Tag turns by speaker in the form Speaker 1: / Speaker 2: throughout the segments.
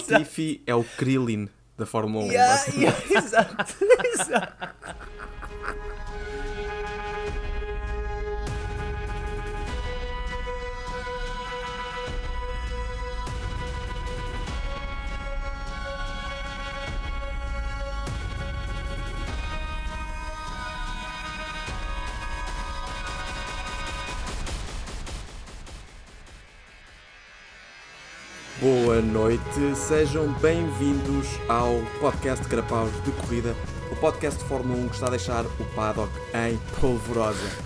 Speaker 1: Latifi é o Krillin da Fórmula 1.
Speaker 2: Yeah,
Speaker 1: basicamente.
Speaker 2: yeah, exato, exato.
Speaker 1: Boa noite, sejam bem-vindos ao podcast Carapaus de Corrida, o podcast de Fórmula 1 que está a deixar o paddock em polvorosa.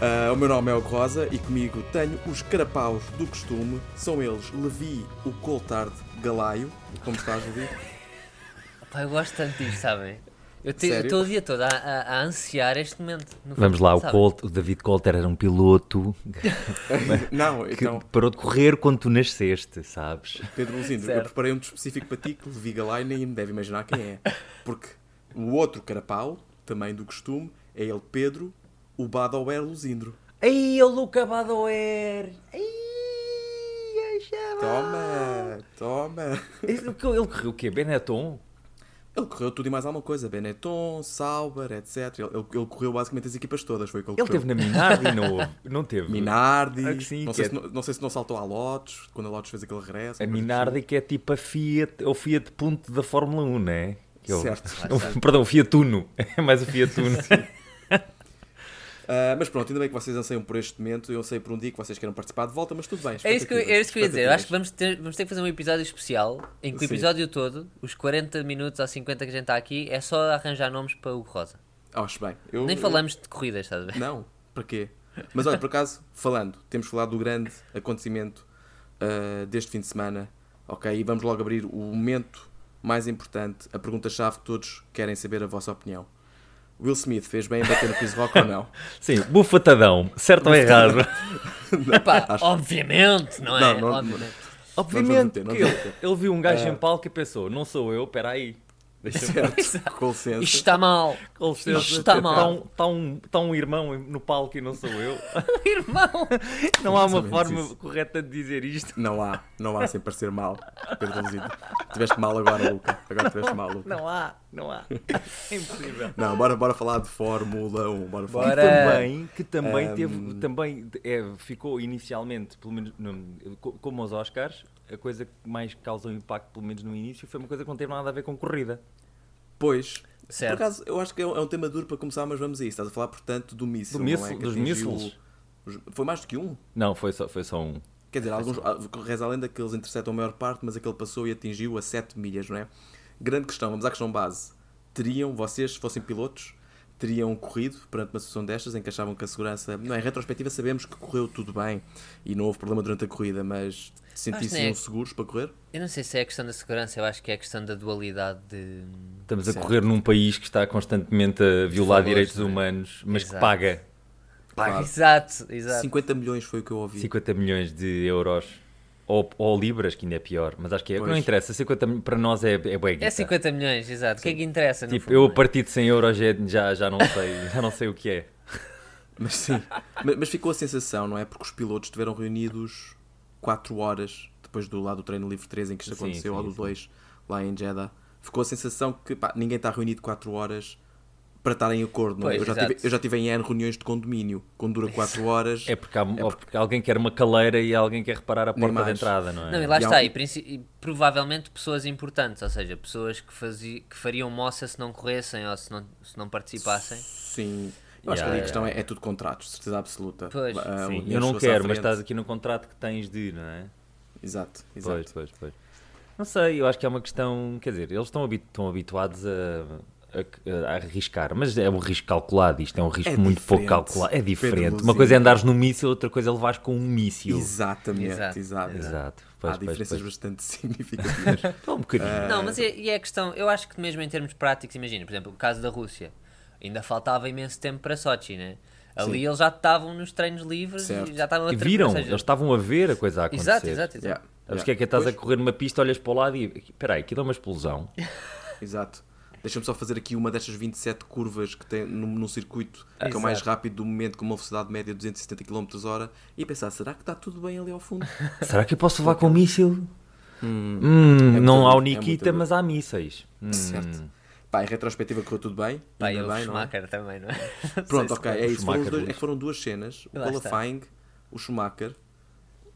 Speaker 1: Ah, o meu nome é o Rosa e comigo tenho os carapaus do costume, são eles Levi, o Coltard Galaio. Como estás, Levi?
Speaker 3: Pá, eu gosto tanto disto, sabem? Eu te- eu
Speaker 1: Sério?
Speaker 3: estou o dia todo a, a, a ansiar este momento. no
Speaker 4: Vamos lá, o,
Speaker 3: sabem?
Speaker 4: Colt, o David Colter era um piloto
Speaker 1: Não,
Speaker 4: que
Speaker 1: então,
Speaker 4: parou de correr quando tu nasceste, sabes?
Speaker 1: Pedro Luzindo, eu
Speaker 3: Certo.
Speaker 1: preparei um muito específico para ti que Levi Galaio nem deve imaginar quem é. Porque o outro carapau, também do costume, é ele Pedro, o Badoer Luzindro.
Speaker 3: Ei, o Luca Badoer!
Speaker 4: Ai,
Speaker 1: Toma, toma.
Speaker 4: Ele, ele correu o quê? Benetton?
Speaker 1: Ele correu tudo e mais alguma coisa. Benetton, Sauber, etc. Ele, ele- ele correu basicamente as equipas todas, foi o que ele,
Speaker 4: Ele
Speaker 1: correu.
Speaker 4: teve na Minardi, não houve? Não teve.
Speaker 1: Minardi.
Speaker 4: Ah, que sim,
Speaker 1: não,
Speaker 4: que
Speaker 1: sei
Speaker 4: é-
Speaker 1: se, não, não sei se não saltou à Lotus, quando a Lotus fez aquele regresso.
Speaker 4: A Minardi que é tipo a Fiat, é o Fiat Punto da Fórmula 1, não é? Que é o-
Speaker 1: Certo.
Speaker 4: Não, perdão, o Fiat Uno. É mais o Fiat Uno.
Speaker 1: Ah, mas pronto, ainda bem que vocês anseiam por este momento. Eu sei por um dia que vocês queiram participar de volta, mas tudo bem.
Speaker 3: É isso que, eu- é isso que eu ia dizer. Eu
Speaker 1: expectativas,
Speaker 3: acho que vamos ter, vamos ter que fazer um episódio especial em que o
Speaker 1: Sim.
Speaker 3: episódio todo, os 40 minutos ou 50 que a gente está aqui, é só arranjar nomes para o Rosa.
Speaker 1: expectativas. Acho bem. Eu-
Speaker 3: Nem
Speaker 1: eu-
Speaker 3: falamos de corridas, estás a ver?
Speaker 1: Não, para quê? Mas olha, por acaso, falando, temos falado do grande acontecimento ah, deste fim de semana, ok? E vamos logo abrir o momento mais importante, a pergunta-chave que todos querem saber a vossa opinião. Will Smith fez bem em bater no Chris Rock ou não?
Speaker 4: Sim, bufatadão. Certo ou errado?
Speaker 3: Epá, obviamente, não é?
Speaker 1: Não, não-
Speaker 3: obviamente.
Speaker 4: Obviamente.
Speaker 1: Não vamos meter, Ah. não
Speaker 4: que
Speaker 1: vamos
Speaker 4: ele, ele viu um gajo em palco e pensou, não sou eu, peraí. Deixa-me
Speaker 1: Certo, com licença.
Speaker 3: Isto está mal.
Speaker 4: Com licença,
Speaker 3: Isto está
Speaker 4: tá
Speaker 3: mal.
Speaker 4: um, tá um- tá um irmão no palco e não sou eu.
Speaker 3: Irmão!
Speaker 4: Não há
Speaker 1: Mais ou
Speaker 4: uma
Speaker 1: menos
Speaker 4: forma
Speaker 1: isso.
Speaker 4: correta de dizer isto.
Speaker 1: Não há, não há sem parecer mal, Pedro Luzido. Tiveste mal agora, Luca. Agora tiveste mal, Luca.
Speaker 4: Não há, não há. É impossível.
Speaker 1: Não, bora, bora falar de Fórmula 1. Bora falar
Speaker 3: Bora.
Speaker 4: Que também, que também teve, também é, ficou inicialmente, pelo menos no- co- como os Oscars, a coisa que mais causou impacto, pelo menos no início, foi uma coisa que não teve nada a ver com corrida.
Speaker 1: Pois.
Speaker 3: Certo.
Speaker 1: Por acaso, eu acho que é um, é um tema duro para começar, mas vamos a isso. Estás a falar, portanto, do míssil,
Speaker 4: Do
Speaker 1: não é?
Speaker 4: míssil-
Speaker 1: Que
Speaker 4: dos
Speaker 1: atingiu-
Speaker 4: mísseis.
Speaker 1: os- Foi mais do que um?
Speaker 4: Não, foi só, foi só um.
Speaker 1: Quer dizer, alguns, ah, reza a lenda que eles interceptam a maior parte, mas aquele passou e atingiu a 7 milhas, não é? Grande questão, vamos à questão base. Teriam, vocês, se fossem pilotos, teriam corrido perante uma situação destas em que achavam que a segurança... Não, é, em retrospectiva sabemos que correu tudo bem e não houve problema durante a corrida, mas
Speaker 3: nem
Speaker 1: sentissem
Speaker 3: é-
Speaker 1: seguros para correr?
Speaker 3: Eu não sei se é a questão da segurança, eu acho que é a questão da dualidade de.
Speaker 4: Estamos a correr num país que está constantemente a violar
Speaker 3: Valores,
Speaker 4: direitos
Speaker 3: não é?
Speaker 4: humanos, mas que
Speaker 3: Exato.
Speaker 4: paga
Speaker 1: Claro.
Speaker 3: Exato, exato.
Speaker 1: 50 milhões foi o que eu ouvi.
Speaker 4: 50 milhões de euros ou, ou libras, que ainda é pior, mas acho que é.
Speaker 1: Pois.
Speaker 4: Não interessa, 50 mil- para nós é, é bué
Speaker 3: É
Speaker 4: guita.
Speaker 3: 50 milhões, exato. O que é que interessa? no
Speaker 4: Tipo,
Speaker 3: fundo,
Speaker 4: eu
Speaker 3: não
Speaker 4: a
Speaker 3: é?
Speaker 4: partir de 100 euros é- já, já, não sei, já não sei o que é.
Speaker 1: Mas sim, mas, mas ficou a sensação, não é? Porque os pilotos estiveram reunidos 4 horas depois do lado do treino livre 3 em que isto
Speaker 4: Sim,
Speaker 1: aconteceu,
Speaker 4: sim,
Speaker 1: ou do
Speaker 4: sim.
Speaker 1: 2 lá em Jeddah. Ficou a sensação que pá, ninguém está reunido 4 horas para estar em acordo, não é?
Speaker 3: Pois,
Speaker 1: eu, já tive,
Speaker 3: exato.
Speaker 1: eu já tive em ano reuniões de condomínio, quando dura 4 horas.
Speaker 4: É porque, há- ou porque alguém quer uma caleira e alguém quer reparar a porta de
Speaker 1: mais.
Speaker 4: entrada, não é?
Speaker 3: Não, e lá
Speaker 1: E há
Speaker 3: está,
Speaker 1: um-
Speaker 3: e, princi- e provavelmente pessoas importantes, ou seja, pessoas que, fazi... que fariam moça se não corressem ou se não, se não participassem.
Speaker 1: Sim. Eu acho que ali a
Speaker 4: Yeah,
Speaker 1: questão é- É, tudo contratos, certeza absoluta.
Speaker 3: Pois,
Speaker 1: Ah, o
Speaker 4: Sim,
Speaker 1: dinheiro
Speaker 4: eu não
Speaker 1: chegou-se à
Speaker 4: quero, mas
Speaker 1: frente.
Speaker 4: estás aqui no contrato que tens de, não é?
Speaker 1: Exato, exato.
Speaker 4: Pois, pois, pois. Não sei, eu acho que é uma questão, quer dizer, eles estão, habi- estão habituados a, a- a arriscar, mas é um risco calculado, isto é um risco
Speaker 1: É
Speaker 4: muito pouco
Speaker 1: diferente,
Speaker 4: calculado, é
Speaker 1: Pedro
Speaker 4: diferente.
Speaker 1: Luzindo.
Speaker 4: Uma coisa é andares num míssil, outra coisa é levares com um míssil.
Speaker 1: Exatamente, exato.
Speaker 3: Exato,
Speaker 4: Exato.
Speaker 1: Há
Speaker 4: Pois, pois,
Speaker 1: diferenças
Speaker 4: pois.
Speaker 1: bastante significativas.
Speaker 4: Só um bocadinho.
Speaker 1: Ah.
Speaker 3: Não, mas é, e é a questão, eu acho que mesmo em termos práticos, imagina, por exemplo, o caso da Rússia, ainda faltava imenso tempo para Sochi, né? Ali eles já estavam nos treinos livres
Speaker 1: Certo.
Speaker 3: e já estavam a
Speaker 4: E
Speaker 3: tre-
Speaker 4: viram,
Speaker 3: ou seja,
Speaker 4: eles estavam a ver a coisa a acontecer.
Speaker 3: Exato, exato, exato.
Speaker 1: Yeah,
Speaker 4: Sabes
Speaker 1: yeah.
Speaker 4: o que é que é? estás
Speaker 1: Pois.
Speaker 4: a correr numa pista, olhas para o lado e. Espera aí, aquilo é uma explosão.
Speaker 1: Exato. Deixa-me só fazer aqui uma destas 27 curvas que tem no, no circuito, que é o mais
Speaker 3: Exato.
Speaker 1: rápido do momento, com uma velocidade média de 270 km/h, e pensar, será que está tudo bem ali ao fundo?
Speaker 4: Será que eu posso levar com um míssil? Hum,
Speaker 1: É muito
Speaker 4: não há o
Speaker 1: duro, é muito
Speaker 4: Nikita,
Speaker 1: duro.
Speaker 4: mas há mísseis. Hum.
Speaker 1: Certo. Pá, em retrospectiva correu tudo bem.
Speaker 3: Pá, e
Speaker 1: ainda
Speaker 3: o
Speaker 1: bem, não é?
Speaker 3: Schumacher também, não é? Não
Speaker 1: Pronto,
Speaker 3: sei se-
Speaker 1: ok, é isso. Foram os
Speaker 4: Schumacher,
Speaker 1: dois- é
Speaker 4: Luís.
Speaker 1: que foram duas cenas. O
Speaker 3: Lá está.
Speaker 1: qualifying, o Schumacher.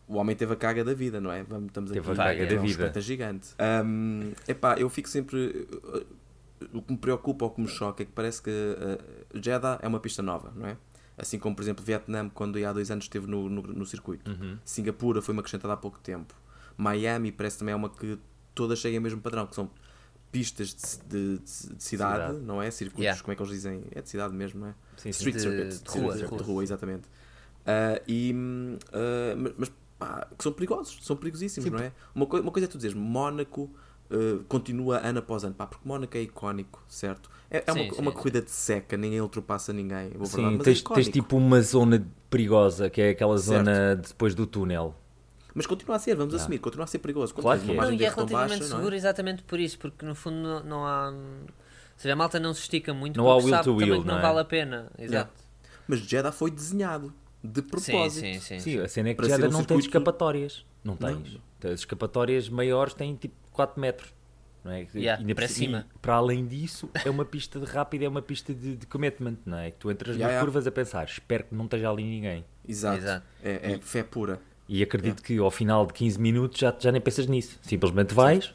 Speaker 1: O homem teve a caga da vida, não é? Vamos- Estamos
Speaker 4: Teve
Speaker 1: aqui
Speaker 4: a
Speaker 3: Vai,
Speaker 4: caga
Speaker 3: é.
Speaker 4: da
Speaker 1: um
Speaker 4: vida.
Speaker 1: respeito gigante. Hum, epá, eu fico sempre. O que me preocupa ou o que me choca é que parece que uh, Jeddah é uma pista nova, não é? Assim como, por exemplo, Vietnã, quando há dois anos esteve no, no, no circuito.
Speaker 4: Uhum.
Speaker 1: Singapura foi uma acrescentada há pouco tempo. Miami parece também é uma que todas seguem o mesmo padrão, que são pistas de, de- de cidade,
Speaker 4: Cidade.
Speaker 1: não é? Circuitos,
Speaker 3: Yeah.
Speaker 1: como é que eles dizem? É de cidade mesmo, não é?
Speaker 4: Sim, sim.
Speaker 1: Street
Speaker 3: De-
Speaker 1: circuit.
Speaker 3: de
Speaker 1: Street
Speaker 3: rua,
Speaker 1: circuit,
Speaker 3: de rua.
Speaker 1: de rua, exatamente. Ah, e, hum, ah, mas- mas pá, que são perigosos, são perigosíssimos, não é? Uma, coi- uma coisa é tu dizeres, Mónaco ah, continua ano após ano, pá, porque Mónaco é icónico, certo? É, é uma,
Speaker 3: Sim, sim,
Speaker 1: uma
Speaker 3: sim.
Speaker 1: corrida de seca, ninguém ultrapassa ninguém. Vou
Speaker 4: Sim,
Speaker 1: falar, mas é
Speaker 4: tens, tens
Speaker 1: icónico.
Speaker 4: tipo uma zona perigosa, que é aquela
Speaker 1: Certo.
Speaker 4: zona de- depois do túnel.
Speaker 1: Mas continua a ser, vamos assumir, continua a ser perigoso. Quando
Speaker 4: Claro
Speaker 1: tens
Speaker 4: que é.
Speaker 1: uma
Speaker 3: Não,
Speaker 1: margem
Speaker 3: e
Speaker 1: de
Speaker 3: é
Speaker 1: erro tão
Speaker 3: relativamente
Speaker 1: baixa, não é?
Speaker 3: seguro exatamente por isso, porque no fundo não, não há. Ou seja, a malta não se estica muito,
Speaker 4: Não há
Speaker 3: porque
Speaker 4: will
Speaker 3: sabe
Speaker 4: to
Speaker 3: também
Speaker 4: will,
Speaker 3: que não,
Speaker 4: não é?
Speaker 3: vale a pena. Exato.
Speaker 1: Mas Jeddah foi desenhado, de
Speaker 3: Sim,
Speaker 1: propósito.
Speaker 3: sim, sim.
Speaker 4: Sim, a cena é que
Speaker 1: Para ser
Speaker 4: Jeddah
Speaker 1: um
Speaker 4: não tem
Speaker 1: circuito-
Speaker 4: escapatórias. Não tens. As escapatórias maiores têm tipo 4 metros. Não é? Que
Speaker 3: Yeah,
Speaker 4: ainda
Speaker 3: para
Speaker 4: por
Speaker 3: cima.
Speaker 4: e para além disso, é uma pista de rápida, é uma pista de, de commitment, não é? Que tu entras
Speaker 1: Yeah,
Speaker 4: nas
Speaker 1: yeah.
Speaker 4: curvas a pensar, espero que não esteja ali ninguém.
Speaker 1: Exato.
Speaker 3: Exato.
Speaker 1: É, é fé pura.
Speaker 4: E acredito que ao final de 15 minutos já, já nem pensas nisso. Simplesmente vais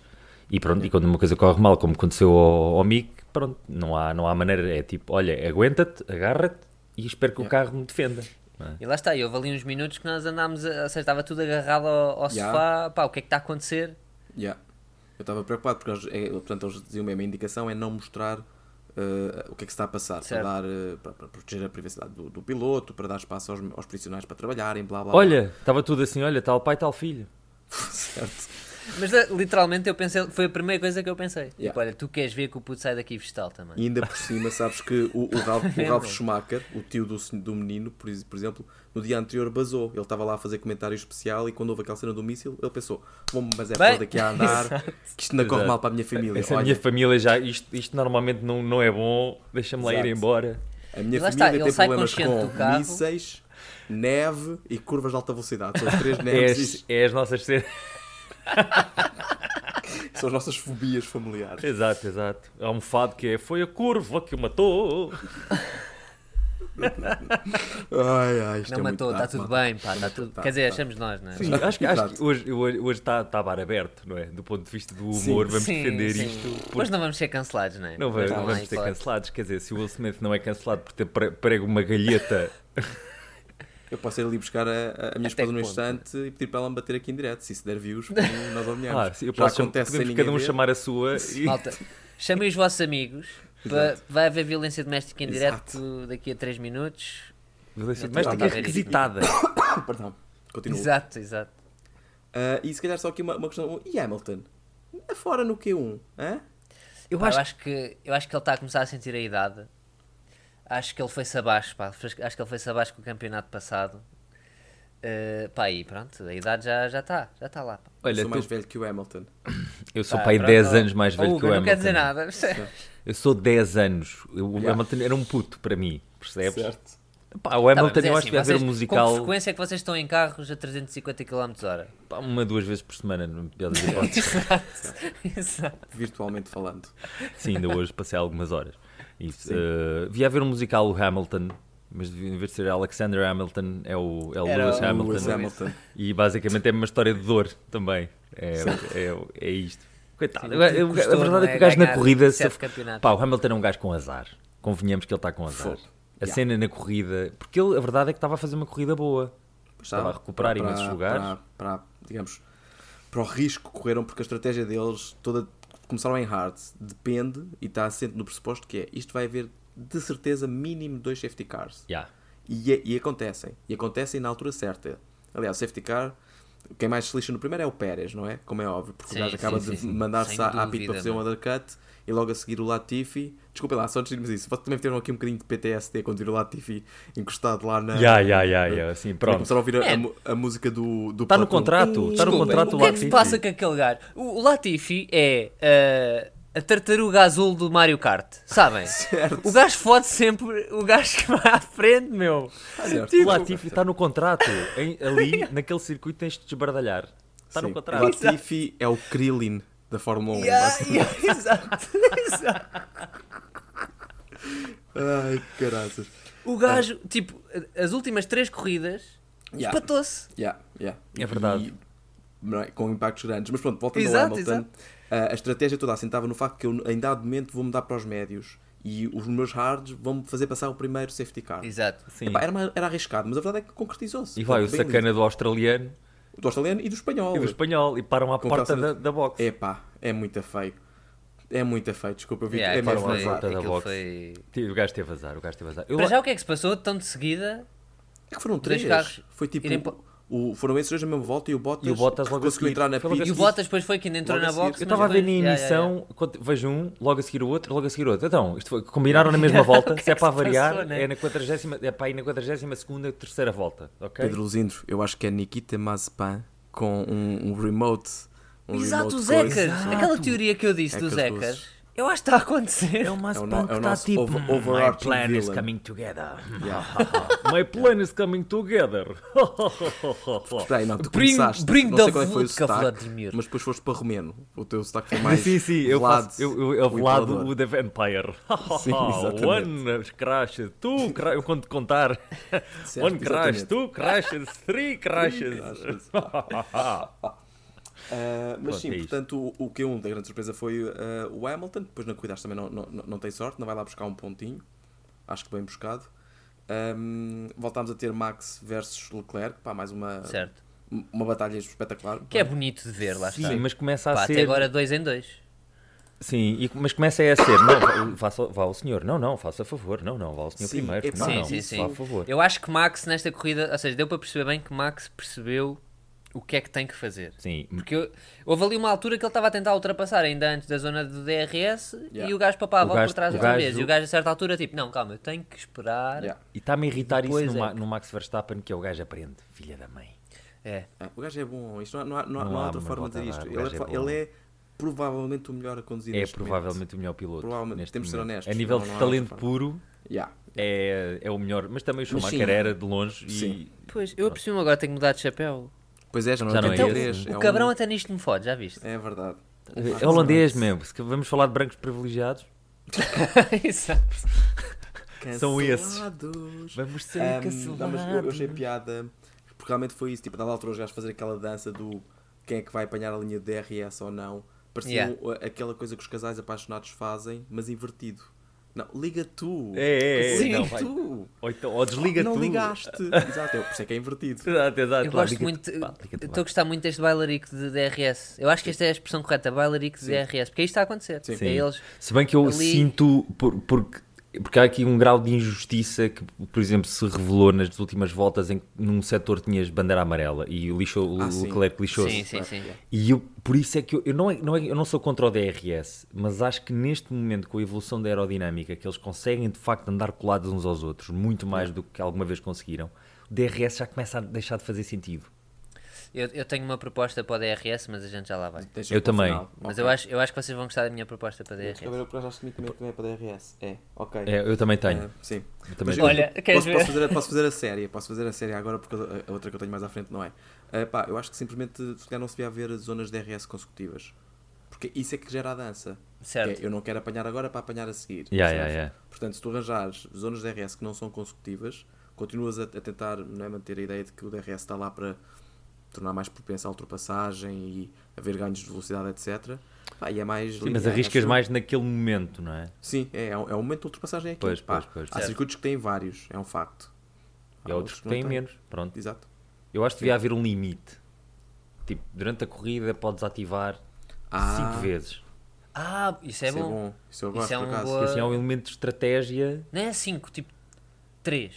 Speaker 4: e pronto. E quando uma coisa corre mal, como aconteceu ao, ao Mick, pronto, não há, não há maneira. É tipo, olha, aguenta-te, agarra-te e espero que o carro me defenda. não é?
Speaker 3: E lá está, e houve ali uns minutos que nós andámos, a- ou seja, estava tudo agarrado ao, ao
Speaker 1: Yeah.
Speaker 3: sofá, pá, o que é que está a acontecer?
Speaker 1: Yeah. Eu estava preocupado porque eles, é, portanto, eles diziam mesmo a indicação é não mostrar eh, o que é que se está a passar
Speaker 3: Certo.
Speaker 1: para, dar, eh, para, para proteger a privacidade do, do piloto, para dar espaço aos, aos profissionais para trabalharem, blá blá blá.
Speaker 4: Olha, estava tudo assim, olha, tal pai, tal filho.
Speaker 1: Certo.
Speaker 3: Mas eh, literalmente eu pensei, foi a primeira coisa que eu pensei.
Speaker 1: Yeah.
Speaker 3: Tipo, olha, tu queres ver que o puto sai daqui vegetal também.
Speaker 1: E ainda por cima, sabes que o, o, Ralph,
Speaker 4: É
Speaker 1: o Ralph Schumacher, o tio do, sen- do menino, por, ex- por exemplo, no dia anterior basou. Ele estava lá a fazer comentário especial e quando houve aquela cena do míssil, ele pensou: bom, mas é
Speaker 3: Bem,
Speaker 1: para daqui a andar, que isto não corre
Speaker 4: Exato.
Speaker 1: mal para a minha família.
Speaker 4: Essa é
Speaker 1: Olha,
Speaker 4: minha família já, isto, isto normalmente não, não é bom, deixa-me lá
Speaker 1: Exato.
Speaker 4: ir embora.
Speaker 1: A minha
Speaker 3: E lá está,
Speaker 1: família
Speaker 3: ele
Speaker 1: tem
Speaker 3: sai
Speaker 1: problemas
Speaker 3: consciente do
Speaker 1: com
Speaker 3: carro.
Speaker 1: mísseis, neve e curvas de alta velocidade. São as três
Speaker 4: É
Speaker 1: neves
Speaker 4: as, é as nossas cenas.
Speaker 1: e são as nossas fobias familiares.
Speaker 4: Exato, exato. Há um fado que é, foi a curva que o matou.
Speaker 1: Ai, ai, isto
Speaker 3: não
Speaker 1: é muito
Speaker 3: matou, está
Speaker 1: dark,
Speaker 3: tudo
Speaker 1: malta.
Speaker 3: bem, pá, está tudo.
Speaker 1: tá,
Speaker 3: Quer dizer,
Speaker 1: tá.
Speaker 3: achamos nós, não é?
Speaker 4: Sim, acho que, acho que
Speaker 1: Exato.
Speaker 4: hoje, hoje, hoje está, está a bar aberto, não é? Do ponto de vista do humor, vamos
Speaker 3: Sim,
Speaker 4: defender
Speaker 3: sim.
Speaker 4: isto. porque
Speaker 3: Hoje não vamos ser cancelados, não é?
Speaker 4: Não, vai-
Speaker 3: Mas
Speaker 4: não
Speaker 3: há
Speaker 4: vamos ser
Speaker 3: hipótese.
Speaker 4: cancelados. Quer dizer, se o Will Smith não é cancelado por ter pre- prego uma galheta,
Speaker 1: Eu posso ir ali buscar a, a minha
Speaker 3: Até
Speaker 1: esposa
Speaker 3: que
Speaker 1: no
Speaker 3: ponto?
Speaker 1: instante e pedir para ela me bater aqui em direto. Se isso der views, pô, nós alinhamos.
Speaker 4: ah, sim, eu
Speaker 1: Já
Speaker 4: posso chamar,
Speaker 1: acontece sem
Speaker 4: podemos
Speaker 1: ninguém
Speaker 4: cada um
Speaker 1: ver.
Speaker 4: chamar a sua. E...
Speaker 3: Malta, chamem os vossos amigos. pa- Vai haver violência doméstica em
Speaker 1: Exato.
Speaker 3: direto daqui a 3 minutos.
Speaker 4: Violência
Speaker 3: Não, tá
Speaker 4: doméstica é
Speaker 3: bem.
Speaker 4: requisitada.
Speaker 1: Perdão, continuo.
Speaker 3: Exato, exato.
Speaker 1: Ah, e se calhar só aqui uma, uma questão. E Hamilton? Afora no Q1, hã?
Speaker 3: Eu,
Speaker 4: acho-
Speaker 3: acho... que, eu acho que ele está a começar a sentir a idade. Acho que ele foi-se abaixo, pá. Acho que ele foi-se abaixo com o campeonato passado. Eh, pá, e pronto, a idade já já está, já está lá. pá.
Speaker 1: Eu
Speaker 4: Olha,
Speaker 1: sou mais
Speaker 4: tu-
Speaker 1: velho que o Hamilton.
Speaker 4: eu sou
Speaker 3: Pá,
Speaker 4: pai
Speaker 3: Ah, pronto,
Speaker 4: 10
Speaker 3: ó-
Speaker 4: anos mais
Speaker 3: ó,
Speaker 4: velho que
Speaker 3: Hugo,
Speaker 4: o
Speaker 3: Não quer dizer
Speaker 4: Hamilton.
Speaker 3: nada.
Speaker 4: Eu sou 10 anos. Eu- O
Speaker 1: Yeah.
Speaker 4: Hamilton era um puto para mim, percebes?
Speaker 1: Certo.
Speaker 4: Pá, o
Speaker 3: Tá bem,
Speaker 4: Hamilton,
Speaker 3: mas é
Speaker 4: eu acho
Speaker 3: assim,
Speaker 4: que vai haver
Speaker 3: vocês- Com
Speaker 4: um
Speaker 3: que
Speaker 4: musical
Speaker 3: frequência é que vocês estão em carros a 350 km hora?
Speaker 4: pá, uma, duas vezes por semana, no pior das hipóteses.
Speaker 3: Exato.
Speaker 1: Virtualmente falando.
Speaker 4: Sim, ainda hoje passei algumas horas. Isso. eh, vi haver um musical, o Hamilton, mas devia- em vez de ser Alexander Hamilton, é o, é o
Speaker 3: Era
Speaker 4: Lewis
Speaker 3: o
Speaker 4: Hamilton.
Speaker 1: Lewis Hamilton.
Speaker 4: E basicamente é uma história de dor também. É, é, é isto. Coitado.
Speaker 3: Sim,
Speaker 4: Eu- eu-
Speaker 3: custou,
Speaker 4: a verdade
Speaker 3: não
Speaker 4: é
Speaker 3: é?
Speaker 4: que o gajo na
Speaker 3: Ganhar
Speaker 4: corrida.
Speaker 3: sete
Speaker 4: se-
Speaker 3: campeonatos.
Speaker 4: Pá, o Hamilton é um gajo com azar. Convenhamos que ele está com azar.
Speaker 1: Fogo.
Speaker 4: A
Speaker 1: Yeah.
Speaker 4: cena na corrida. Porque ele, a verdade é que estava a fazer uma corrida boa. Estava a recuperar
Speaker 1: para-
Speaker 4: imensos
Speaker 1: para-
Speaker 4: lugares.
Speaker 1: Para, para, digamos, para o risco que correram, porque a estratégia deles, toda começaram em hard, depende e está assente no pressuposto que é isto vai haver de certeza mínimo dois safety cars.
Speaker 4: Yeah.
Speaker 1: E, é, e acontecem. E acontecem na altura certa. Aliás, o safety car, quem mais se lixa no primeiro é o Pérez, não é? Como é óbvio, porque
Speaker 3: Sim,
Speaker 1: o gajo acaba
Speaker 3: sim, sim,
Speaker 1: de
Speaker 3: sim.
Speaker 1: mandar-se
Speaker 3: Sem
Speaker 1: à, à pit
Speaker 3: dúvida, é?
Speaker 1: para fazer um
Speaker 3: mano.
Speaker 1: undercut e logo a seguir o Latifi. Desculpem lá, só antes de irmos isso, vocês também tiveram aqui um bocadinho de PTSD quando viram o Latifi encostado lá na.
Speaker 4: Yeah, yeah, yeah, yeah. Assim,
Speaker 1: Também
Speaker 4: pronto.
Speaker 1: Começaram a ouvir
Speaker 3: É.
Speaker 1: a- a, mu- a música do, do
Speaker 4: Está no
Speaker 1: Platinum.
Speaker 4: contrato. Está Tá no
Speaker 3: Desculpa,
Speaker 4: contrato
Speaker 3: o que é que se
Speaker 4: Latifi.
Speaker 3: passa com aquele gajo? O, o Latifi é eh, a tartaruga azul do Mario Kart, sabem?
Speaker 1: Certo.
Speaker 3: O gajo fode sempre o gajo que vai à frente, meu. Tipo,
Speaker 1: Certo.
Speaker 4: tipo, tá O Latifi está no contrato. Em- ali, naquele circuito, tens de desbardalhar. Está tá no
Speaker 1: Sim.
Speaker 4: contrato.
Speaker 1: Latifi é o Krillin da Fórmula 1.
Speaker 2: Yeah, yeah, exato, exato.
Speaker 1: Ai, caraças.
Speaker 3: O gajo,
Speaker 4: É.
Speaker 3: tipo, as últimas três corridas,
Speaker 1: Yeah.
Speaker 3: espatou-se.
Speaker 1: Yeah, yeah.
Speaker 4: É verdade.
Speaker 1: E- não é? com impactos grandes. Mas pronto, voltando
Speaker 3: Exato,
Speaker 1: ao Hamilton,
Speaker 3: exato.
Speaker 1: a- a estratégia toda assentava no facto que eu, em dado momento, vou mudar para os médios e os meus hards vão-me fazer passar o primeiro safety car.
Speaker 3: Exato.
Speaker 4: Sim.
Speaker 1: Epá, era, uma- era arriscado, mas a verdade é que concretizou-se.
Speaker 4: E vai o
Speaker 1: Foi bem
Speaker 4: sacana do australiano
Speaker 1: lindo. Do australiano e do espanhol.
Speaker 4: e do espanhol e param à
Speaker 1: Com
Speaker 4: porta
Speaker 1: calça-
Speaker 4: da, da boxe.
Speaker 1: Epá, é muito feio. É muito feio, desculpa, eu vi
Speaker 3: Yeah,
Speaker 1: é
Speaker 3: aquilo
Speaker 1: mesmo
Speaker 3: foi,
Speaker 1: azar.
Speaker 4: volta da
Speaker 3: aquilo
Speaker 4: boxe.
Speaker 3: foi...
Speaker 4: Sim, O gajo teve azar, o gajo teve azar. Eu
Speaker 3: Para
Speaker 4: a-
Speaker 3: já o que é que se passou tão de seguida?
Speaker 1: É que foram
Speaker 3: Dois
Speaker 1: três.
Speaker 3: carros
Speaker 1: Foi tipo.
Speaker 3: irem pa-
Speaker 1: o- foram esses dois na mesma volta e o Bottas,
Speaker 4: E o Bottas
Speaker 1: que
Speaker 4: logo a
Speaker 1: conseguiu
Speaker 4: seguir.
Speaker 1: entrar na
Speaker 4: Foi logo a
Speaker 1: pista.
Speaker 3: E o Bottas depois foi quem entrou
Speaker 1: Logo a
Speaker 3: na
Speaker 1: seguir-
Speaker 3: box.
Speaker 1: eu
Speaker 4: Eu estava a ver na emissão, quando vejo um, logo a seguir o outro, logo a seguir o outro. Então, isto foi- combinaram na mesma volta,
Speaker 3: O que
Speaker 4: se é
Speaker 3: é que
Speaker 4: para
Speaker 3: se passou,
Speaker 4: variar,
Speaker 3: né?
Speaker 4: é na 40, é para ir na 42 terceira volta, ok?
Speaker 1: Pedro Luzindro, eu acho que é Nikita Mazepan com um, um remote. Um
Speaker 3: Exato, o
Speaker 1: remote coisa.
Speaker 3: Zecas. Aquela teoria que eu disse do
Speaker 1: Ecas
Speaker 3: Zecas,
Speaker 1: doces.
Speaker 3: eu acho que está a acontecer.
Speaker 4: o
Speaker 1: É o
Speaker 4: Mazepin
Speaker 1: no- é o nosso over-
Speaker 4: "Hmm, My
Speaker 1: overarching
Speaker 4: plan is
Speaker 1: villain."
Speaker 4: coming together.
Speaker 1: Yeah.
Speaker 4: My plan is coming together.
Speaker 1: Bem, não, tu
Speaker 3: Bring-
Speaker 1: começaste,
Speaker 3: bring
Speaker 1: não sei
Speaker 3: the
Speaker 1: qual é que foi o
Speaker 3: vodka,
Speaker 1: sotaque,
Speaker 3: Vladimir.
Speaker 1: mas depois foste para romeno. O teu sotaque foi mais
Speaker 4: sim, sim, eu
Speaker 1: Vlad,
Speaker 4: faço. Eu, eu, eu
Speaker 1: o
Speaker 4: Vlad,
Speaker 1: imperador.
Speaker 4: o The Vampire.
Speaker 1: Sim, exatamente.
Speaker 4: One crash, two crash. Eu quando te contar.
Speaker 1: Certo,
Speaker 4: One crash,
Speaker 1: exatamente.
Speaker 4: two crashes, three crashes.
Speaker 1: crashes. Ah, mas
Speaker 4: Pronto,
Speaker 1: sim,
Speaker 4: é isto.
Speaker 1: portanto, o, o Q1 da grande surpresa foi ah, o Hamilton. Depois na Cuidados também não, não, não- não tem sorte, não vai lá buscar um pontinho. Acho que bem buscado. Ahm, voltámos a ter Max versus Leclerc, pá, mais uma,
Speaker 3: Certo.
Speaker 1: uma batalha espetacular.
Speaker 3: Que é bonito de ver, lá está.
Speaker 4: Sim, mas começa a
Speaker 3: Pá,
Speaker 4: ser.
Speaker 3: até agora dois em dois.
Speaker 4: Sim, e- mas começa a ser. Não, vá- faça, vá ao senhor. Não, não, faça favor. Não, não, vá ao senhor
Speaker 1: Sim,
Speaker 4: primeiro.
Speaker 1: epá,
Speaker 4: não,
Speaker 3: Sim,
Speaker 4: não,
Speaker 3: sim,
Speaker 4: Vá
Speaker 3: sim.
Speaker 4: a favor.
Speaker 3: Eu acho que Max nesta corrida, ou seja, deu para perceber bem que Max percebeu o que é que tem que fazer.
Speaker 4: Sim,
Speaker 3: Porque eu- houve ali uma altura que ele estava a tentar ultrapassar ainda antes da zona do DRS
Speaker 1: Yeah.
Speaker 3: e o gajo papava
Speaker 4: O gajo-
Speaker 3: por trás
Speaker 4: o
Speaker 3: outra
Speaker 4: gajo-
Speaker 3: vez. E o gajo a certa altura, tipo, não, calma, eu tenho que esperar.
Speaker 1: Yeah.
Speaker 4: e está-me a irritar isso
Speaker 3: Pois
Speaker 4: no,
Speaker 3: é.
Speaker 4: Ma- no Max Verstappen, que é o gajo aprende. Filha da mãe.
Speaker 3: É.
Speaker 1: Ah, o gajo é bom, isto não há, não há- não há-
Speaker 4: Não
Speaker 1: não há
Speaker 4: há
Speaker 1: outra
Speaker 4: uma
Speaker 1: forma de
Speaker 4: volta a
Speaker 1: dizer isto.
Speaker 4: dar, o
Speaker 1: Ele é,
Speaker 4: gajo é
Speaker 1: fa-
Speaker 4: bom.
Speaker 1: ele é provavelmente o melhor a conduzir
Speaker 4: É
Speaker 1: neste momento.
Speaker 4: provavelmente o melhor piloto.
Speaker 1: Provavelmente,
Speaker 4: neste
Speaker 1: temos de ser
Speaker 4: momento.
Speaker 1: honestos,
Speaker 4: A nível
Speaker 1: não-
Speaker 4: de
Speaker 1: não é há
Speaker 4: talento
Speaker 1: outra forma.
Speaker 4: puro,
Speaker 1: Yeah.
Speaker 4: é, é o melhor. Mas também
Speaker 1: Mas
Speaker 4: o Schumacher
Speaker 1: sim.
Speaker 4: era de longe
Speaker 1: Sim.
Speaker 4: e.
Speaker 3: Pois, eu aprecio agora tenho que mudar de chapéu.
Speaker 1: Pois é, já não
Speaker 4: Já
Speaker 1: é
Speaker 4: não é
Speaker 1: 83.
Speaker 3: o
Speaker 1: é um-
Speaker 3: cabrão até nisto me fode, já viste?
Speaker 1: É verdade.
Speaker 4: É holandês mesmo. Se que- vamos falar de brancos privilegiados,
Speaker 3: Exato.
Speaker 4: São esses.
Speaker 1: Cancelados.
Speaker 4: vamos ser
Speaker 1: Ahm,
Speaker 4: cancelados.
Speaker 1: não, mas eu, eu achei piada, porque realmente foi isso, tipo, a dada altura os gajos fazer aquela dança do quem é que vai apanhar a linha de DRS ou não, parecia
Speaker 3: Yeah.
Speaker 1: um- aquela coisa que os casais apaixonados fazem, mas invertido. Não, liga tu!
Speaker 4: É, é, é,
Speaker 1: Sim,
Speaker 4: não, vai.
Speaker 1: tu!
Speaker 4: Ou, então, ou desliga
Speaker 1: não
Speaker 4: tu.
Speaker 1: ligaste! Exato, é, por isso é que é invertido.
Speaker 4: Exato, exato.
Speaker 3: Eu
Speaker 4: Lá,
Speaker 3: gosto
Speaker 4: liga-te.
Speaker 3: muito.
Speaker 4: Pá, liga-te,
Speaker 3: Estou
Speaker 4: vá.
Speaker 3: a gostar muito deste bailarico de DRS. Eu acho que esta é a expressão correta, bailarico de DRS, porque isto está a acontecer.
Speaker 1: Sim.
Speaker 3: É
Speaker 4: Sim.
Speaker 3: eles.
Speaker 4: Se bem que eu
Speaker 3: ali-
Speaker 4: sinto, por- porque, porque há aqui um grau de injustiça que, por exemplo, se revelou nas últimas voltas em que num setor tinhas bandeira amarela e o lixo,
Speaker 1: Ah,
Speaker 4: o
Speaker 1: sim.
Speaker 4: Leclerc
Speaker 3: Sim,
Speaker 4: lixou-se.
Speaker 3: sim, sim.
Speaker 4: E eu, por isso é que eu, eu não, é- não é- eu não sou contra o DRS, mas acho que neste momento, com a evolução da aerodinâmica, que eles conseguem de facto andar colados uns aos outros, muito mais do que alguma vez conseguiram, o DRS já começa a deixar de fazer sentido.
Speaker 3: Eu, eu tenho uma proposta para o DRS, mas a gente já lá vai.
Speaker 1: Deixa
Speaker 4: Eu
Speaker 1: para o
Speaker 4: também.
Speaker 1: final.
Speaker 3: Mas
Speaker 1: Ok.
Speaker 3: eu acho, eu acho que vocês vão gostar da minha proposta para
Speaker 1: Eu
Speaker 3: DRS.
Speaker 1: também- eu acho que o também é para DRS. É, ok.
Speaker 4: É, eu também tenho.
Speaker 1: É, sim.
Speaker 4: também
Speaker 1: Mas
Speaker 4: tenho.
Speaker 3: Olha,
Speaker 1: posso,
Speaker 3: queres
Speaker 1: posso
Speaker 3: ver?
Speaker 1: fazer, a- posso fazer a série, posso fazer a série agora porque a, a outra que eu tenho mais à frente não é. Eh, pá, eu acho que simplesmente se calhar não se devia haver zonas de DRS consecutivas. Porque isso é que gera a dança.
Speaker 3: Certo.
Speaker 1: Que é, eu não quero apanhar agora para apanhar a seguir.
Speaker 4: Yeah,
Speaker 1: percebes?
Speaker 4: yeah, yeah.
Speaker 1: Portanto, se tu arranjares zonas de DRS que não são consecutivas, continuas a, a tentar não é, manter a ideia de que o DRS está lá para tornar mais propensa à ultrapassagem e haver ganhos de velocidade, etc. Pá, e é mais
Speaker 4: Sim, mas
Speaker 1: linear,
Speaker 4: arriscas
Speaker 1: acho eu.
Speaker 4: mais naquele momento, não é?
Speaker 1: Sim, é, é um é um momento de ultrapassagem aqui.
Speaker 4: Pois,
Speaker 1: Pá,
Speaker 4: pois, pois.
Speaker 1: Há
Speaker 4: Certo.
Speaker 1: circuitos que têm vários, é um facto.
Speaker 4: E há outros que têm menos. Pronto.
Speaker 1: Exato.
Speaker 4: Eu acho que devia haver um limite. Tipo, durante a corrida podes ativar
Speaker 1: Ah.
Speaker 4: cinco vezes.
Speaker 3: Ah, isso é
Speaker 1: isso
Speaker 3: bom.
Speaker 1: é bom. Isso eu gosto,
Speaker 3: é
Speaker 1: por
Speaker 3: uma
Speaker 1: acaso.
Speaker 3: boa-
Speaker 4: Porque assim é um elemento de estratégia.
Speaker 3: Não é 5, tipo 3.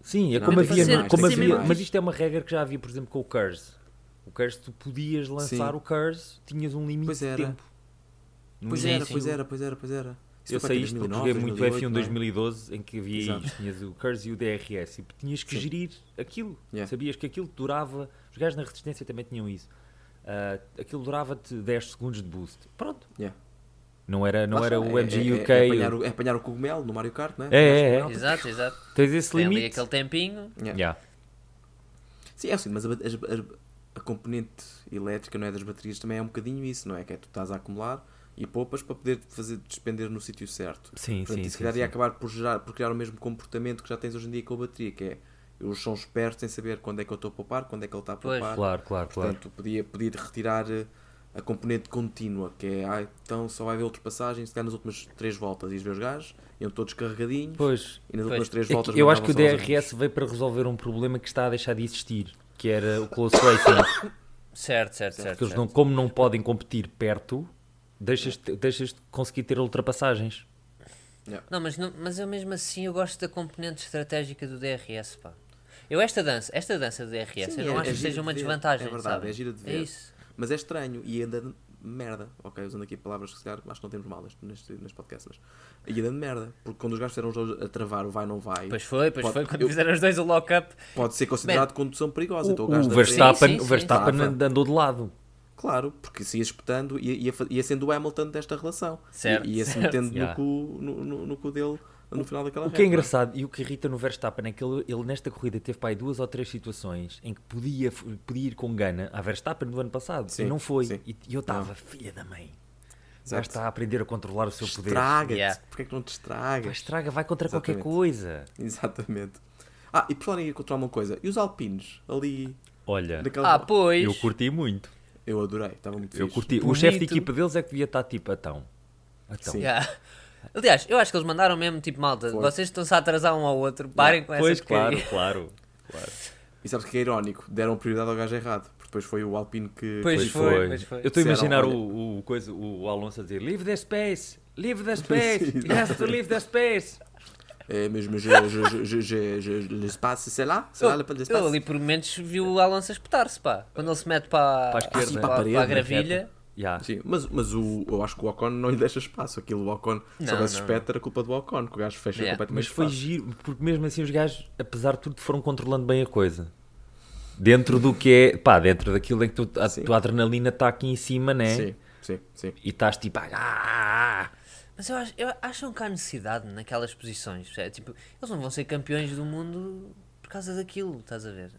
Speaker 4: Sim, é
Speaker 1: Não,
Speaker 4: como
Speaker 1: tem que
Speaker 4: havia.
Speaker 1: ser-
Speaker 4: como
Speaker 1: tem que ser
Speaker 4: havia-
Speaker 1: mais.
Speaker 4: mas isto é uma regra que já havia, por exemplo, com o Curse. O Curse, tu podias lançar
Speaker 1: Sim.
Speaker 4: o Curse, tinhas um limite
Speaker 1: Pois
Speaker 4: de
Speaker 1: era.
Speaker 4: tempo. No
Speaker 1: Pois
Speaker 3: Sim,
Speaker 1: era,
Speaker 3: sim.
Speaker 1: pois era, pois era, pois era. Isso
Speaker 4: Eu
Speaker 1: foi
Speaker 4: sei
Speaker 1: para
Speaker 4: isto um
Speaker 1: 2009,
Speaker 4: porque joguei muito
Speaker 1: 2008,
Speaker 4: F1
Speaker 1: não é?
Speaker 4: 2012 em que havia
Speaker 1: Exato.
Speaker 4: isto, tinhas o Curse e o DRS e tinhas que
Speaker 1: Sim.
Speaker 4: gerir aquilo.
Speaker 1: Yeah.
Speaker 4: Sabias que aquilo durava, os gajos na resistência também tinham isso. Ah, aquilo durava-te 10 segundos de boost. Pronto.
Speaker 1: Yeah.
Speaker 4: Não era, não
Speaker 1: Lá
Speaker 4: era
Speaker 1: está,
Speaker 4: o
Speaker 1: é-
Speaker 4: MG
Speaker 1: é-
Speaker 4: UK.
Speaker 1: É, apanhar o, é apanhar o cogumelo no Mario Kart, não é?
Speaker 4: É, é, é.
Speaker 3: Exato, exato.
Speaker 4: Tens esse
Speaker 3: Tem É ali
Speaker 4: limite.
Speaker 3: aquele tempinho.
Speaker 1: Yeah.
Speaker 4: Yeah.
Speaker 1: Sim, é assim, mas a- as- as- a componente elétrica, não é, das baterias também é um bocadinho isso, não é? Que é tu estás a acumular e poupas para poder fazer despender no sítio certo.
Speaker 4: Sim,
Speaker 1: Portanto,
Speaker 4: sim,
Speaker 1: e se
Speaker 4: sim,
Speaker 1: calhar ia
Speaker 4: sim.
Speaker 1: acabar por, gerar, por criar o mesmo comportamento que já tens hoje em dia com a bateria, que é eles são espertos em saber quando é que eu estou a poupar, quando é que ele está a
Speaker 3: Pois.
Speaker 1: poupar.
Speaker 4: Claro, claro, claro.
Speaker 1: Portanto, podia, podia retirar eh, a componente contínua, que é ah, então só vai haver ultrapassagem se calhar nas últimas 3 voltas. E os meus gajos iam todos carregadinhos
Speaker 4: Pois.
Speaker 1: e nas
Speaker 3: pois.
Speaker 1: últimas 3
Speaker 4: É que
Speaker 1: voltas.
Speaker 4: eu acho que o
Speaker 1: mandavam só os
Speaker 4: DRS veio para resolver um problema que está a deixar de existir, que era o close racing.
Speaker 3: Certo, certo,
Speaker 4: Porque
Speaker 3: certo.
Speaker 4: eles
Speaker 3: certo.
Speaker 4: não, como não podem competir perto, deixas, deixas de conseguir ter ultrapassagens.
Speaker 3: Não, mas, não- mas eu mesmo assim eu gosto da componente estratégica do DRS, pá. Eu esta dança, esta dança do DRS,
Speaker 1: Sim,
Speaker 3: eu não
Speaker 1: é-
Speaker 3: acho
Speaker 1: é
Speaker 3: que
Speaker 1: giro
Speaker 3: seja
Speaker 1: de
Speaker 3: uma
Speaker 1: ver.
Speaker 3: desvantagem,
Speaker 1: É verdade,
Speaker 3: sabe?
Speaker 1: é giro de
Speaker 3: É
Speaker 1: ver.
Speaker 3: isso.
Speaker 1: Mas é estranho e anda de merda. Ok, usando aqui palavras que se calhar acho que não temos mal neste, neste, neste podcast, mas e anda de merda. Porque quando os gajos fizeram os dois a travar o vai não vai,
Speaker 3: Pois foi, pois
Speaker 1: Pode-
Speaker 3: foi, quando
Speaker 1: eu-
Speaker 3: fizeram os dois o lock-up.
Speaker 1: pode ser considerado condução perigosa. então
Speaker 4: o,
Speaker 1: o gajo
Speaker 4: o
Speaker 1: da
Speaker 4: Verstappen,
Speaker 3: Sim, sim,
Speaker 4: o
Speaker 3: sim.
Speaker 4: Verstappen
Speaker 1: Tava.
Speaker 4: andou de lado.
Speaker 1: Claro, porque se ia espetando, ia, ia, fa- ia sendo o Hamilton desta relação.
Speaker 3: Certo,
Speaker 1: E ia se
Speaker 3: certo.
Speaker 1: metendo
Speaker 4: Yeah.
Speaker 1: no, cu, no, no, no cu dele no final daquela
Speaker 4: O que é
Speaker 1: reta.
Speaker 4: engraçado e o que irrita no Verstappen é que ele, ele nesta corrida teve para aí duas ou três situações em que podia, f- podia ir com gana à Verstappen do ano passado
Speaker 1: Sim,
Speaker 4: e não foi.
Speaker 1: sim.
Speaker 4: E, e eu estava, filha da mãe, já
Speaker 1: Exato.
Speaker 4: está a aprender a controlar o seu poder.
Speaker 1: Estraga-te.
Speaker 3: Yeah.
Speaker 1: Porquê que não te
Speaker 4: Pá,
Speaker 1: estragas?
Speaker 4: estraga, vai contra qualquer
Speaker 1: Exatamente.
Speaker 4: coisa.
Speaker 1: Exatamente. Ah, e por falar em ir controlar uma coisa, e os alpinos ali
Speaker 4: Olha,
Speaker 1: naquela.
Speaker 3: Ah, pois.
Speaker 4: eu curti muito.
Speaker 1: Eu adorei, estava muito
Speaker 4: Eu
Speaker 1: fixe.
Speaker 4: curti. O
Speaker 3: Bonito.
Speaker 4: chefe de equipa deles é que devia estar tipo, então. então.
Speaker 1: Sim.
Speaker 3: Yeah. Aliás, eu acho que eles mandaram mesmo tipo malta.
Speaker 1: Foi.
Speaker 3: Vocês estão-se a atrasar um ao outro, parem com
Speaker 4: Pois,
Speaker 3: essa porcaria.
Speaker 4: claro, claro, claro.
Speaker 1: E sabes o que é irónico? Deram prioridade ao gajo errado, porque depois foi o Alpine que.
Speaker 3: Pois
Speaker 1: que
Speaker 3: foi, pois foi.
Speaker 4: Eu estou a
Speaker 1: Disseram,
Speaker 4: imaginar
Speaker 1: olha-
Speaker 4: o, o, coisa, o Alonso a dizer: Leave the space, leave the space,
Speaker 1: Sim,
Speaker 4: he has to leave the space.
Speaker 1: É, mas, mas je, je, je, je, je, je- l'espace, sei lá, sei
Speaker 3: Eu,
Speaker 1: lá, le- l'espace.
Speaker 3: eu ali por momentos vi o Alonso a espetar-se, pá. Quando ele se mete para,
Speaker 4: Para a
Speaker 3: para,
Speaker 4: esquerda. Para
Speaker 1: a parede,
Speaker 3: para a
Speaker 1: na
Speaker 3: gravilha.
Speaker 4: Yeah.
Speaker 1: Sim, mas, mas o, eu acho que o Ocon não lhe deixa espaço. Aquilo, o Ocon, se
Speaker 3: Não,
Speaker 1: houvesse
Speaker 3: não.
Speaker 1: espeto, era culpa é do Ocon, que o gajo fecha
Speaker 3: Yeah.
Speaker 1: completamente
Speaker 4: Mas foi
Speaker 1: espaço.
Speaker 4: giro, porque mesmo assim os gajos, apesar de tudo, foram controlando bem a coisa. Dentro do que é, pá, dentro daquilo em que tu, a
Speaker 1: Sim.
Speaker 4: tua adrenalina está aqui em cima, né?
Speaker 1: Sim, sim, sim.
Speaker 4: E estás tipo, ah, ah, ah.
Speaker 3: Mas eu acho, eu acham que há necessidade naquelas posições. percebe? tipo, eles não vão ser campeões do mundo por causa daquilo, estás a ver?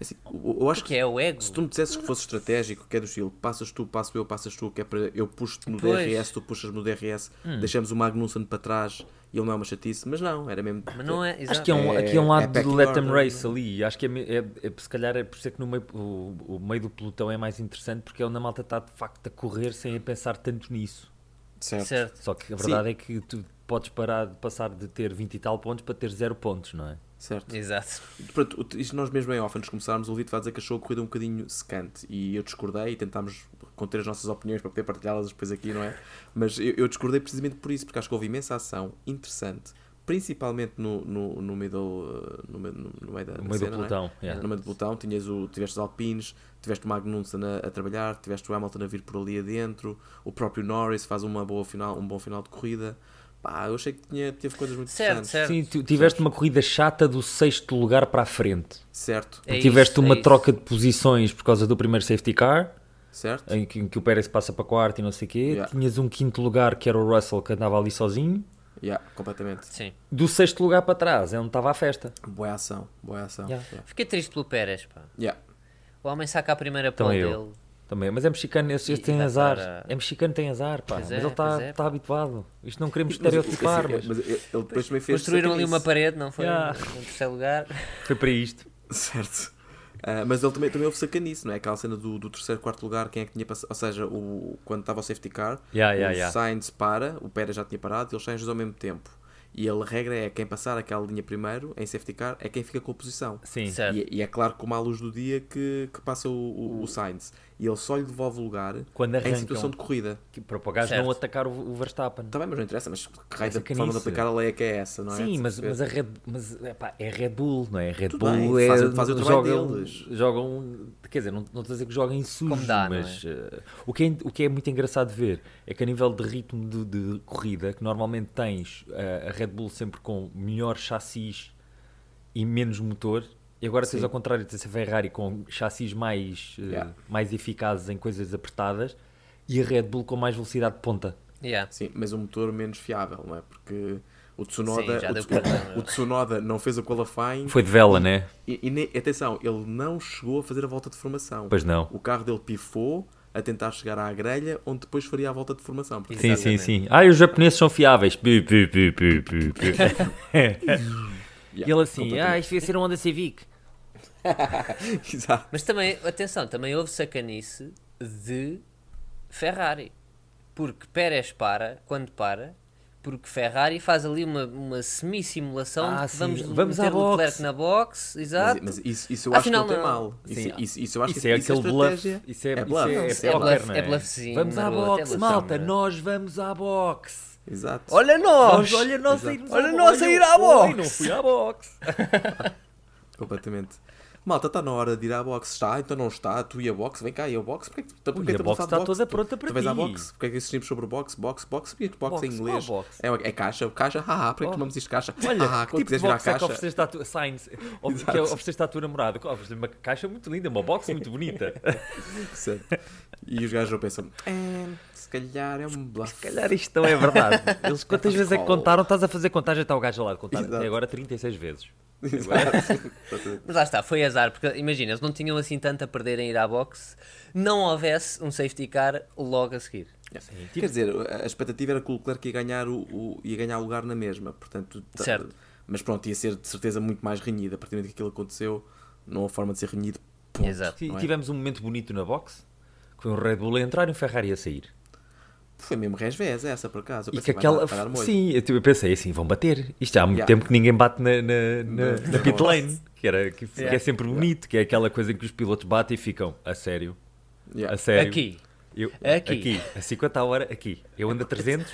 Speaker 1: Assim, eu, eu acho
Speaker 3: Porque
Speaker 1: que
Speaker 3: é o ego.
Speaker 1: se tu me dissesses que fosse estratégico, que é do estilo, passas tu, passo eu, passas tu, que é para eu puxo-te no
Speaker 3: Pois. Hum.
Speaker 1: DRS, tu puxas no DRS, deixamos o Magnussen para trás e ele não é uma chatice, mas não, era mesmo.
Speaker 3: Mas não é,
Speaker 4: Acho
Speaker 3: exato.
Speaker 4: que é um,
Speaker 1: É-
Speaker 4: aqui é um
Speaker 1: é
Speaker 4: lado
Speaker 1: back
Speaker 4: do Let 'em
Speaker 1: order,
Speaker 4: Race ali. Acho que é, me- é, é- se calhar é por ser que no meio, o, o meio do pelotão é mais interessante porque é onde a malta está de facto a correr sem a pensar tanto nisso. um
Speaker 1: Certo.
Speaker 3: Certo.
Speaker 4: Só que a verdade é que tu podes parar de passar de ter 20 e tal pontos para ter 0 pontos, não é?
Speaker 1: certo.
Speaker 3: Exato.
Speaker 1: Pronto, o- isto nós mesmo em off, antes de começarmos, o Lito vai dizer que achou a corrida um bocadinho secante e eu discordei e tentámos conter as nossas opiniões para poder partilhá-las depois aqui, não é? Mas eu, eu discordei precisamente por isso, porque acho que houve imensa ação interessante, principalmente no, no, no meio do, no, meio- no- no meio da, da
Speaker 4: No meio
Speaker 1: cena,
Speaker 4: do
Speaker 1: não é?
Speaker 4: pelotão. yeah.
Speaker 1: No meio do pelotão, tinhas o, tiveste os Alpines, tiveste o Magnussen a, a trabalhar, tiveste o Hamilton a vir por ali adentro, o próprio Norris faz uma boa final, um bom final de corrida. Pá, eu achei que tinha, teve coisas muito
Speaker 3: Certo,
Speaker 1: interessantes.
Speaker 3: certo.
Speaker 4: Sim, tu tiveste uma corrida chata do sexto lugar para a frente.
Speaker 1: Certo,
Speaker 3: É
Speaker 4: tiveste
Speaker 3: isso,
Speaker 4: uma
Speaker 3: é isso.
Speaker 4: troca de posições por causa do primeiro safety car.
Speaker 1: certo.
Speaker 4: Em que, em que o Pérez passa para quarto e não sei o quê.
Speaker 1: Yeah.
Speaker 4: Tinhas um quinto lugar que era o Russell que andava ali sozinho.
Speaker 1: Yeah, completamente.
Speaker 3: Sim.
Speaker 4: Do sexto lugar para trás é onde estava a festa.
Speaker 1: Boa ação, boa ação.
Speaker 4: Yeah.
Speaker 1: Yeah.
Speaker 3: Fiquei triste pelo Pérez, pá.
Speaker 1: Yeah.
Speaker 3: O homem saca a primeira
Speaker 4: Então
Speaker 3: pole
Speaker 4: é eu.
Speaker 3: dele.
Speaker 4: Também, mas é mexicano, esse,
Speaker 3: E-
Speaker 4: esse
Speaker 3: e
Speaker 4: tem
Speaker 3: vai
Speaker 4: azar.
Speaker 3: para-
Speaker 4: É mexicano, tem azar, pá.
Speaker 3: Pois
Speaker 4: mas
Speaker 3: é,
Speaker 4: ele está
Speaker 3: pois é,
Speaker 4: tá habituado. Isto não queremos
Speaker 1: Mas,
Speaker 4: estereotipar,
Speaker 1: assim,
Speaker 4: mas,
Speaker 1: mas ele ele depois também fez.
Speaker 3: Construíram
Speaker 1: sacrifício.
Speaker 3: ali uma parede, não foi?
Speaker 4: Yeah.
Speaker 3: Em terceiro lugar.
Speaker 4: foi para isto.
Speaker 1: Certo. Ah, mas ele também, também houve sacanice, não é? Aquela cena do, do terceiro, quarto lugar, quem é que tinha passado. Ou seja, o, quando estava o safety car,
Speaker 4: Yeah, yeah,
Speaker 1: o
Speaker 4: yeah.
Speaker 1: Sainz para, o Pérez já tinha parado, eles saem os dois ao mesmo tempo. E ele- a regra é quem passar aquela linha primeiro, em safety car, é quem fica com a posição.
Speaker 4: Sim.
Speaker 3: Certo.
Speaker 1: E, e é claro, como à luz do dia, que, que passa o, o, o Sainz. E ele só lhe devolve o lugar
Speaker 4: Quando
Speaker 1: em
Speaker 4: arrancam.
Speaker 1: situação de corrida.
Speaker 4: Que- Para o gajo
Speaker 3: Certo.
Speaker 4: não atacar o, o Verstappen.
Speaker 1: Também, mas não interessa, mas que raio da
Speaker 4: Essa
Speaker 1: forma de
Speaker 4: canice.
Speaker 1: aplicar a lei é que é essa, não é?
Speaker 4: Sim,
Speaker 1: Se
Speaker 4: mas, mas,
Speaker 1: perceber.
Speaker 4: a Red, mas epá, é Red Bull, não é? Red
Speaker 1: Tudo
Speaker 4: Bull
Speaker 1: bem,
Speaker 4: é.
Speaker 1: fazem- fazem o trabalho
Speaker 4: jogam,
Speaker 1: deles.
Speaker 4: Jogam. um, Quer dizer, não, não estou a dizer que joguem sujo,
Speaker 3: Como dá, não é?
Speaker 4: mas eh, o, que é, o que é muito engraçado de ver é que a nível de ritmo de, de corrida, que normalmente tens eh, a Red Bull sempre com melhor chassis e menos motor. E agora tens
Speaker 1: Sim.
Speaker 4: ao contrário, tens a Ferrari com chassis mais, eh,
Speaker 1: Yeah.
Speaker 4: mais eficazes em coisas apertadas e a Red Bull com mais velocidade de ponta.
Speaker 3: Yeah.
Speaker 1: Sim, mas um motor menos fiável, não é? Porque O Tsunoda,
Speaker 3: Sim, já
Speaker 1: o,
Speaker 3: deu
Speaker 1: Tsu-
Speaker 3: problema.
Speaker 1: o Tsunoda não fez a qualifying
Speaker 4: Foi de vela, né?
Speaker 1: e, e nem- atenção, ele não chegou a fazer a volta de formação.
Speaker 4: Pois não.
Speaker 1: O carro dele pifou a tentar chegar à grelha, onde depois faria a volta de formação. Portanto,
Speaker 4: Sim, sim, sim. Ah, e os japoneses são fiáveis. Pi, pi, pi, pi, pi, pi.
Speaker 1: tá-
Speaker 4: e ele assim, ah, isto ia ser um Honda Civic.
Speaker 1: Exato.
Speaker 3: Mas também, atenção, também houve sacanice de Ferrari. Porque Pérez para, quando para, porque Ferrari faz ali uma, uma semi-simulação
Speaker 4: Ah,
Speaker 3: de que vamos,
Speaker 4: sim, vamos à
Speaker 3: meter
Speaker 4: boxe.
Speaker 3: Leclerc na box,
Speaker 1: Mas,
Speaker 3: exato.
Speaker 1: mas isso, isso eu
Speaker 3: Afinal,
Speaker 1: acho que ele tem
Speaker 3: não.
Speaker 1: mal. Isso,
Speaker 4: Sim.
Speaker 1: isso- isso eu acho
Speaker 4: Isso
Speaker 1: que
Speaker 4: é
Speaker 1: é
Speaker 4: aquele bluff.
Speaker 1: estratégia.
Speaker 4: Isso é-
Speaker 1: é
Speaker 4: isso
Speaker 1: bluff.
Speaker 4: é-
Speaker 1: Isso
Speaker 3: é
Speaker 1: é
Speaker 3: bluff,
Speaker 1: bluff.
Speaker 4: não
Speaker 3: é
Speaker 4: é?
Speaker 3: bluffzinho.
Speaker 4: Vamos à
Speaker 3: maroto, é
Speaker 4: boxe,
Speaker 3: bluffzinho,
Speaker 4: malta,
Speaker 3: maroto.
Speaker 4: nós vamos à boxe.
Speaker 1: Exato.
Speaker 2: Olha nós!
Speaker 4: Nós, olha nós a
Speaker 1: Exato.
Speaker 4: irmos
Speaker 2: Olha
Speaker 4: à
Speaker 2: nós a ir à
Speaker 4: eu fui,
Speaker 2: boxe.
Speaker 4: Não fui à boxe.
Speaker 1: Completamente. Malta, está na hora de ir à box. Está, então não está. Tu e a box, vem cá, e a box. Porquê que, porquê que
Speaker 4: Ui, a
Speaker 1: estamos
Speaker 4: boxe
Speaker 1: falar de
Speaker 4: está toda pronta para
Speaker 1: Tu vens à
Speaker 4: ti.
Speaker 1: box? Porquê que insistimos sobre box? Box, box. Porquê que box,
Speaker 4: Box,
Speaker 1: em inglês?
Speaker 4: qual box? Oh.
Speaker 1: É, uma- é caixa, caixa, haha, porquê que chamamos isto caixa?
Speaker 4: Olha,
Speaker 1: haha,
Speaker 4: que
Speaker 1: quando
Speaker 4: tipo de
Speaker 1: Ah, quiseres virar
Speaker 4: box é que
Speaker 1: caixa.
Speaker 4: ofereceste à tua... Signs. Ob- que é,
Speaker 1: Exato.
Speaker 4: ofereceste à tua namorada? Que Ofereceste uma caixa muito linda, uma box muito bonita.
Speaker 1: Sim. E os gajos não pensam, é, se calhar é um bluff.
Speaker 4: Se calhar isto não é verdade. Eles quantas vezes é que
Speaker 1: Oh.
Speaker 4: contaram? Estás a fazer contagem, está o gajo lá de contar.
Speaker 1: Exato.
Speaker 4: Até agora 36 vezes.
Speaker 1: Exato.
Speaker 3: Mas lá está, foi azar, porque imagina, eles não tinham assim tanto a perder em ir à boxe, não houvesse um safety car logo a seguir.
Speaker 4: tipo-
Speaker 1: Quer dizer, a expectativa era que o Leclerc ia ganhar, o, o- ia ganhar lugar na mesma, portanto... tá-
Speaker 3: Certo.
Speaker 1: Mas pronto, ia ser de certeza muito mais renhida. A partir do momento que aquilo aconteceu, não há forma de ser renhido, ponto.
Speaker 3: Exato.
Speaker 4: Sim,
Speaker 1: não é?
Speaker 4: tivemos um momento bonito na box, que foi um Red Bull a entrar e um Ferrari a sair.
Speaker 1: Foi mesmo resvés essa, por acaso. Eu
Speaker 4: E
Speaker 1: pensei,
Speaker 4: que
Speaker 1: vai
Speaker 4: aquela.
Speaker 1: dar- vai dar molho.
Speaker 4: Sim, eu eu pensei assim, vão bater. Isto já há muito
Speaker 1: Yeah.
Speaker 4: tempo que ninguém bate na, na, na,
Speaker 1: Na-
Speaker 4: na
Speaker 1: na
Speaker 4: pit
Speaker 1: box.
Speaker 4: lane, que, era, que, que
Speaker 3: Yeah.
Speaker 4: é sempre bonito, que é aquela coisa em que os pilotos batem e ficam a sério.
Speaker 1: Yeah.
Speaker 4: A sério.
Speaker 3: Aqui.
Speaker 4: Eu,
Speaker 3: Aqui.
Speaker 4: aqui. A 50 a hora, aqui. Eu ando a 300.